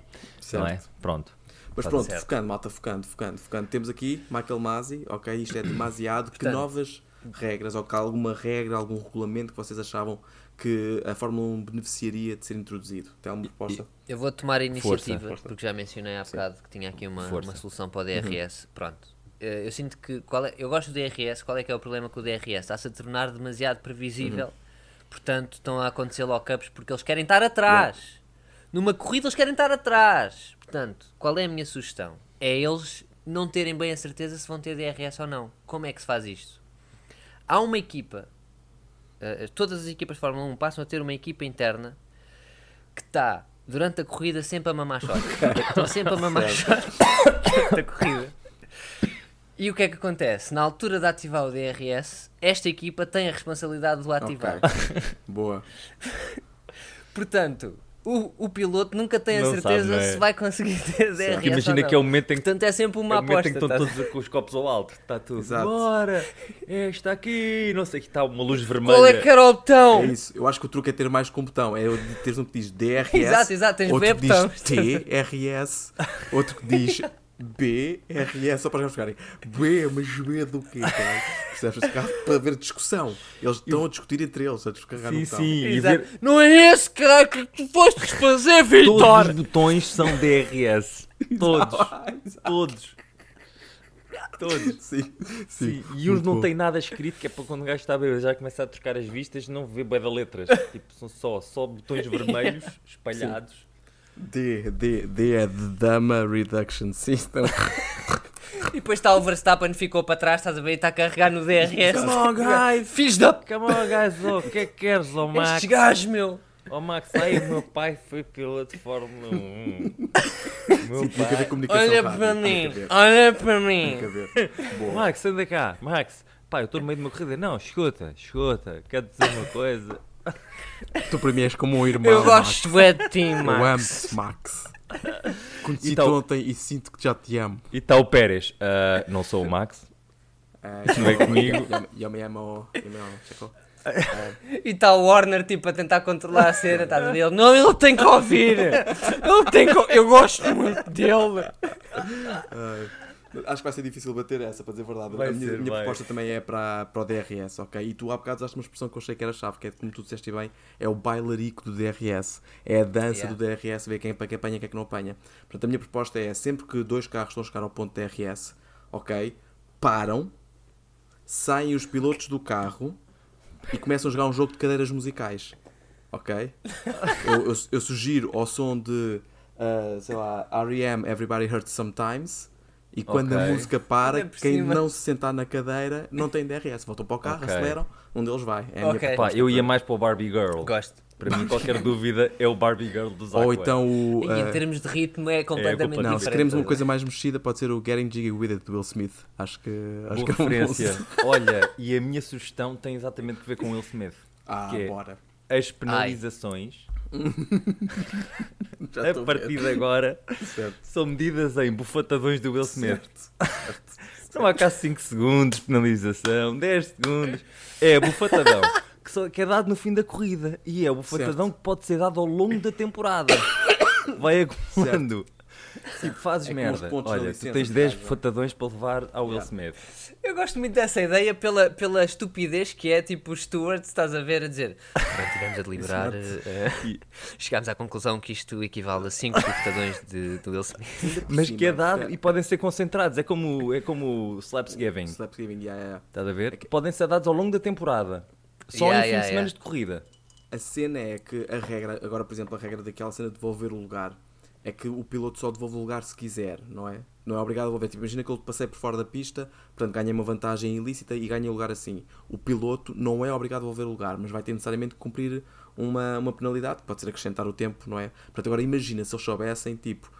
Speaker 4: Não é?
Speaker 1: Certo.
Speaker 4: Pronto.
Speaker 1: Mas
Speaker 4: Tá
Speaker 1: pronto,
Speaker 3: certo.
Speaker 1: focando, malta, focando, focando, focando. Temos aqui Michael Masi, ok? Isto é demasiado. que novas regras, ou que há alguma regra, algum regulamento que vocês achavam que a Fórmula 1 beneficiaria de ser introduzido? Tem alguma proposta?
Speaker 3: Eu vou tomar a
Speaker 4: Força.
Speaker 3: iniciativa, porque já mencionei há bocado que tinha aqui uma,
Speaker 4: Força. Uhum.
Speaker 3: uma solução para o DRS. Pronto. Eh, Eu sinto que. Qual é, eu gosto do DRS. Qual é que é o problema com o DRS? Está-se a tornar demasiado previsível.
Speaker 4: Uhum.
Speaker 3: Portanto, estão a acontecer lock-ups porque eles querem estar atrás. Numa corrida, eles querem estar atrás. Portanto, qual é a minha sugestão? É eles não terem bem a certeza se vão ter DRS ou não. Como é que se faz isto? Há uma equipa. eh, todas as equipas de Fórmula 1 passam a ter uma equipa interna que está durante a corrida sempre a mamar shot. Estão sempre a mamar shot durante a corrida. E o que é que acontece? Na altura de ativar o DRS, esta equipa tem a responsabilidade de o
Speaker 1: Ok.
Speaker 3: ativar.
Speaker 1: Boa.
Speaker 3: Portanto, o, o piloto nunca tem a
Speaker 4: Não
Speaker 3: certeza
Speaker 4: sabe, não é?
Speaker 3: se vai conseguir ter DRS.
Speaker 4: Porque
Speaker 3: ou
Speaker 4: imagina
Speaker 3: não.
Speaker 4: que é o momento em que,
Speaker 3: Portanto, é sempre
Speaker 4: é
Speaker 3: uma
Speaker 4: o momento
Speaker 3: aposta.
Speaker 4: em que estão
Speaker 3: tá?
Speaker 4: todos com os copos ao alto. Está tudo.
Speaker 1: Exato.
Speaker 4: Bora! Esta aqui! Não sei que está uma luz vermelha.
Speaker 3: Qual é que era o botão?
Speaker 1: É isso. Eu acho que o truque é ter mais que um botão. É o de teres um que diz DRS.
Speaker 3: Exato, exato, tens
Speaker 1: outro
Speaker 3: B
Speaker 1: que
Speaker 3: botões.
Speaker 1: diz TRS. Outro que diz BRS. Só para eles ficarem. B, mas B é do quê? cara? Percebes? Ficar Para haver discussão. Eles estão a discutir entre eles, a descarregar
Speaker 4: Sim,
Speaker 1: o botão.
Speaker 4: sim. E
Speaker 3: Exato.
Speaker 4: ver
Speaker 3: Não é esse, caralho, que tu foste fazer,
Speaker 4: todos
Speaker 3: Vitor!
Speaker 4: os botões são DRS. Todos. Todos. Todos.
Speaker 1: Sim,
Speaker 4: Sim,
Speaker 1: sim.
Speaker 4: e os não
Speaker 1: Muito
Speaker 4: tem nada escrito, que é para quando o gajo está a beber, já começa a trocar as vistas, não vê bué de letras. tipo, são só, só botões vermelhos espalhados.
Speaker 1: bom. D, D, D é de Dama Reduction System.
Speaker 3: E depois está o Verstappen, ficou para trás, estás a ver, e está a carregar no DRS.
Speaker 4: Come on, guys!
Speaker 3: Filhos da p...
Speaker 4: Come on, guys! O que é que queres, oh Max?
Speaker 3: Estes gajos, meu!
Speaker 4: Oh Max, aí o meu pai foi piloto de Fórmula 1. meu
Speaker 1: Tem que haver
Speaker 4: pai.
Speaker 1: comunicação.
Speaker 3: Olha
Speaker 1: rápida,
Speaker 3: para
Speaker 1: tem
Speaker 3: mim,
Speaker 1: que haver,
Speaker 3: olha para mim.
Speaker 1: tem que haver. Boa.
Speaker 4: Max, anda cá, Max. Pá, eu estou no meio de uma corrida. Não, escuta, escuta, quero dizer uma coisa.
Speaker 1: Tu para mim és como um irmão.
Speaker 3: Eu
Speaker 1: Max.
Speaker 3: gosto é de ti,
Speaker 1: Eu
Speaker 3: Max.
Speaker 1: amo-te, Max. Conheci-te
Speaker 4: Então-
Speaker 1: ontem e sinto que já te amo.
Speaker 4: E está o Pérez. Ah, não sou o Max. Ah,
Speaker 1: não é
Speaker 4: comigo.
Speaker 1: Eu me amo. Eu me amo. Chico.
Speaker 3: E está o Warner, tipo, a tentar controlar a cena, estás a ver? Ele, Não, ele tem que ouvir! Ele tem que... Eu gosto muito dele!
Speaker 1: Acho que vai ser difícil bater essa, para dizer a verdade.
Speaker 4: Vai
Speaker 1: a minha,
Speaker 4: ser,
Speaker 1: minha
Speaker 4: vai.
Speaker 1: proposta também é para, para o DRS, ok? E tu há bocado usaste uma expressão que eu achei que era chave, que é como tu disseste bem, é o bailarico do DRS. É a dança
Speaker 3: Yeah.
Speaker 1: do DRS, ver quem, para quem apanha e quem é que não apanha. Portanto, a minha proposta é sempre que dois carros estão a chegar ao ponto DRS, ok? Param, saem os pilotos do carro e começam a jogar um jogo de cadeiras musicais. Ok? eu, eu- eu sugiro ao som de, ah, sei lá, R.E.M. Everybody Hurts Sometimes. E quando a
Speaker 4: Ok.
Speaker 1: música para,
Speaker 3: Ainda por
Speaker 1: quem
Speaker 3: cima.
Speaker 1: não se sentar na cadeira não tem DRS. Voltam para o carro,
Speaker 4: Ok.
Speaker 1: aceleram, um deles vai. É a
Speaker 3: Ok.
Speaker 1: minha
Speaker 4: Pá,
Speaker 1: proposta.
Speaker 4: eu ia mais para o Barbie Girl.
Speaker 3: Gosto.
Speaker 4: Para mim, qualquer dúvida, é o Barbie Girl dos
Speaker 1: Ou então o.
Speaker 3: E
Speaker 1: ah,
Speaker 3: em termos de ritmo é completamente
Speaker 4: completamente
Speaker 1: não, se
Speaker 3: diferente.
Speaker 1: queremos uma coisa mais mexida, pode ser o Getting Jiggy With It, do Will Smith. Acho que, acho
Speaker 4: Boa
Speaker 1: que é um bom-
Speaker 4: referência. Olha, e a minha sugestão tem exatamente a ver com o Will Smith.
Speaker 1: Ah,
Speaker 4: que é
Speaker 1: bora.
Speaker 4: As penalizações,
Speaker 1: Já
Speaker 4: a
Speaker 1: estou ver.
Speaker 4: partir de agora, são medidas em bufatadões do Will Smith. Não há cá 5 segundos de penalização, 10 segundos. É bufatadão. Que, só, que é dado no fim da corrida. E é o bufatadão que pode ser dado ao longo da temporada. vai acumulando. Tipo, fazes
Speaker 1: É como os
Speaker 4: merda.
Speaker 1: pontos da
Speaker 4: Olha,
Speaker 1: licença
Speaker 4: tu tens
Speaker 1: de
Speaker 4: 10
Speaker 1: casa.
Speaker 4: fatadões para levar ao Will
Speaker 1: Yeah.
Speaker 4: Smith.
Speaker 3: Eu gosto muito dessa ideia pela, pela estupidez que é, tipo, o Stuart, estás a ver, a dizer. "Bem, Tivemos a deliberar, eh, eh, chegámos à conclusão que isto equivale a 5 portadões de, de Will Smith.
Speaker 4: Mas que é dado
Speaker 1: e
Speaker 4: e podem ser concentrados. É como, é como o Slapsgiving.
Speaker 1: Slapsgiving, yeah, yeah, yeah.
Speaker 4: Estás a ver? Podem ser dados ao longo da temporada. Só
Speaker 3: Yeah,
Speaker 4: em
Speaker 3: yeah,
Speaker 4: fim de
Speaker 3: yeah.
Speaker 4: semanas de corrida.
Speaker 1: A cena é que a regra, agora por exemplo, a regra daquela cena de devolver o lugar é que o piloto só devolve o lugar se quiser, não é? Não é obrigado a devolver. Tipo, imagina que eu passei por fora da pista, portanto ganhei uma vantagem ilícita e ganhei o lugar assim. O piloto não é obrigado a devolver o lugar, mas vai ter necessariamente que cumprir uma, uma penalidade, que pode ser acrescentar o tempo, não é? Portanto, agora imagina se eles soubessem, tipo,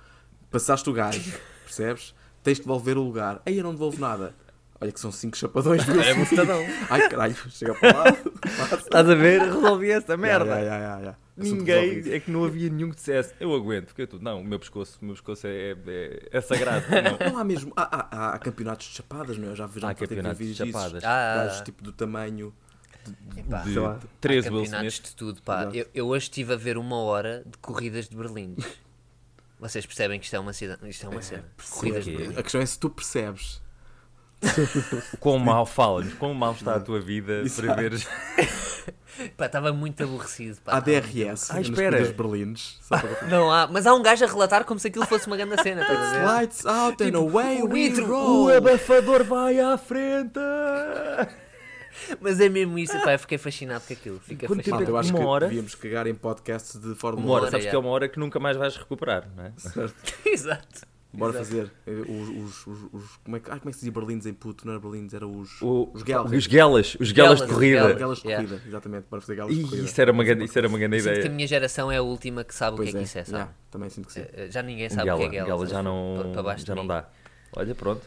Speaker 1: passaste o gajo, percebes? Tens de devolver o lugar. Aí eu não devolvo nada. Olha que são cinco chapadões de É Ai caralho, chega para lá.
Speaker 4: Estás a ver? Resolvi essa
Speaker 1: Ya,
Speaker 4: merda.
Speaker 1: ya, ya, ya, ya.
Speaker 4: Ninguém,
Speaker 1: Resolve isso.
Speaker 4: é que não havia nenhum que dissesse eu aguento, porque eu tudo. Não, o meu pescoço, o meu pescoço é, é- é sagrado. Não.
Speaker 1: Não há mesmo. Há, há- há campeonatos de chapadas, não é? Eu já vi já
Speaker 4: Há
Speaker 1: ter que
Speaker 4: campeonatos
Speaker 1: ver
Speaker 4: de
Speaker 1: isso.
Speaker 4: chapadas.
Speaker 3: Ah,
Speaker 1: Gajos
Speaker 3: ah,
Speaker 1: tipo do tamanho.
Speaker 3: Epá,
Speaker 4: De
Speaker 1: Sei lá.
Speaker 4: três
Speaker 3: há
Speaker 4: Will
Speaker 3: campeonatos
Speaker 4: Smith.
Speaker 3: de tudo, pá.
Speaker 1: Exato.
Speaker 3: Eu, eu hoje estive a ver uma hora de corridas de Berlim. Vocês percebem que isto é uma, cida... isto é uma cena. Corridas de
Speaker 4: que é.
Speaker 3: Berlim.
Speaker 1: A questão é se tu percebes.
Speaker 4: Quão mal fala-nos, quão mal está a tua vida para
Speaker 1: Exato.
Speaker 4: veres.
Speaker 3: Pá, estava muito aborrecido. Pá,
Speaker 1: Há
Speaker 3: tava-
Speaker 1: DRS
Speaker 4: Ah,
Speaker 1: nas
Speaker 4: espera.
Speaker 1: corridas berlines. Só para-
Speaker 3: Não há, mas há um gajo a relatar como se aquilo fosse uma grande cena, estás a ver?
Speaker 1: Lights out and away
Speaker 3: Tipo, o
Speaker 1: we
Speaker 3: vidro,
Speaker 4: Oh.
Speaker 1: roll.
Speaker 4: abafador vai à frente!
Speaker 3: Mas é mesmo isso, pá, eu fiquei fascinado com aquilo. Fiquei
Speaker 4: Quanto tempo
Speaker 1: Malta,
Speaker 3: fascinado.
Speaker 1: eu acho
Speaker 4: Uma
Speaker 1: que
Speaker 4: hora.
Speaker 1: devíamos cagar em podcasts de Fórmula
Speaker 4: Uma hora,
Speaker 3: hora,
Speaker 4: sabes
Speaker 3: é.
Speaker 4: que é uma hora que nunca mais vais recuperar, não é?
Speaker 3: Exato.
Speaker 1: Bora fazer eh, os, os, os, os- como é que, ah, como é que se dizia berlines em puto? Não era berlines, era os,
Speaker 4: O-
Speaker 1: os guelas.
Speaker 4: Os guelas, os guelas de
Speaker 3: Guelas,
Speaker 4: corrida.
Speaker 3: guelas.
Speaker 1: Guelas de
Speaker 3: Yeah.
Speaker 1: corrida, exatamente. Bora fazer guelas de
Speaker 4: E
Speaker 1: corrida.
Speaker 4: isso era uma grande, isso era uma grande
Speaker 3: Sinto que a
Speaker 4: ideia.
Speaker 3: minha geração é a última que sabe
Speaker 1: Pois
Speaker 3: o que é, que isso é, sabe?
Speaker 1: yeah, também sinto que sim.
Speaker 3: Eh, eh, Já ninguém sabe o
Speaker 4: Gela,
Speaker 3: que é Gela.
Speaker 4: gela
Speaker 3: sabe?
Speaker 4: já
Speaker 3: Pa-
Speaker 4: não,
Speaker 3: pa baixo de
Speaker 4: já não
Speaker 3: mim.
Speaker 4: dá. Olha, pronto.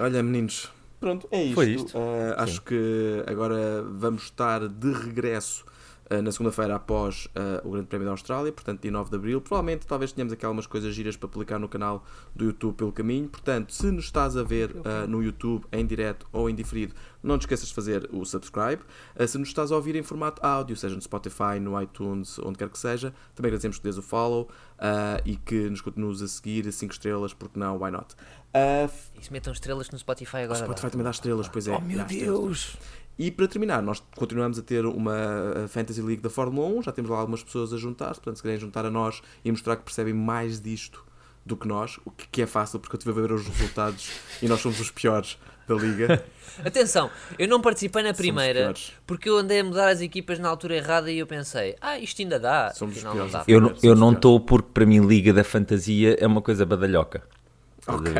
Speaker 1: Olha, meninos. Pronto, é isto.
Speaker 4: Foi isto.
Speaker 1: Uh, acho que agora vamos estar de regresso uh, na segunda-feira após uh, o Grande Prémio da Austrália, portanto, dia 9 de Abril. Provavelmente, talvez tenhamos aqui algumas coisas giras para publicar no canal do YouTube pelo caminho. Portanto, se nos estás a ver uh, no YouTube, em direto ou em diferido, não te esqueças de fazer o subscribe. Uh, se nos estás a ouvir em formato áudio, seja no Spotify, no iTunes, onde quer que seja, também agradecemos que dês o follow uh, e que nos continues a seguir 5 estrelas, porque não, why not? Uh,
Speaker 3: Isso metam estrelas no Spotify
Speaker 1: o
Speaker 3: agora.
Speaker 1: Spotify
Speaker 3: dá.
Speaker 1: também dá estrelas, pois é. dá estrelas.
Speaker 4: Oh, Deus!
Speaker 1: E para terminar, nós continuamos a ter uma uh, Fantasy League da Fórmula 1, já temos lá algumas pessoas a juntar-se, portanto, se querem juntar a nós e mostrar que percebem mais disto do que nós, o que que é fácil, porque eu estive a ver os resultados e nós somos os piores da liga.
Speaker 3: Atenção, eu não participei na primeira
Speaker 1: piores.
Speaker 3: porque eu andei a mudar as equipas na altura errada e eu pensei, ah, isto ainda dá.
Speaker 1: Somos
Speaker 3: Afinal,
Speaker 1: piores.
Speaker 3: não dá.
Speaker 4: Eu,
Speaker 1: Somos
Speaker 4: não- eu não
Speaker 1: piores.
Speaker 4: estou porque para mim Liga da Fantasia é uma coisa badalhoca.
Speaker 1: ok.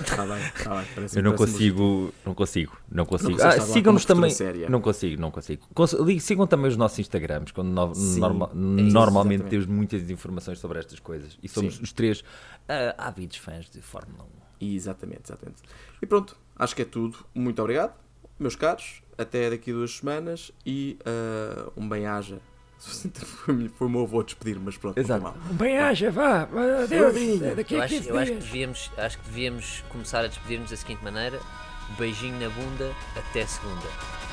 Speaker 1: Está bem, está bem. parece-
Speaker 4: Eu não
Speaker 1: parece-me
Speaker 4: consigo, não consigo, não consigo.
Speaker 1: consegues
Speaker 4: Ah,
Speaker 1: estar lá com
Speaker 4: sigam-nos
Speaker 1: uma postura
Speaker 4: também.
Speaker 1: séria.
Speaker 4: Não consigo, não consigo. Cons- li- Sigam também os nossos Instagrams, quando no-
Speaker 1: Sim,
Speaker 4: norma-
Speaker 1: é isso,
Speaker 4: normalmente
Speaker 1: exatamente.
Speaker 4: temos muitas informações sobre estas coisas. E somos
Speaker 1: Sim.
Speaker 4: os três ah, ávidos fãs de Fórmula 1.
Speaker 1: Exatamente, exatamente. E pronto, acho que é tudo. Muito obrigado, meus caros. Até daqui a duas semanas e uh, um bem-aja. Foi, foi o meu avô despedir, mas pronto, não tem
Speaker 4: Exato.
Speaker 1: mal.
Speaker 6: Bem, acha, vá. Adeus. Daqui
Speaker 3: Eu
Speaker 6: a
Speaker 3: acho,
Speaker 6: 15
Speaker 3: eu acho que
Speaker 6: dias.
Speaker 3: devíamos, acho que devíamos começar a despedir-nos da seguinte maneira: beijinho na bunda, até segunda.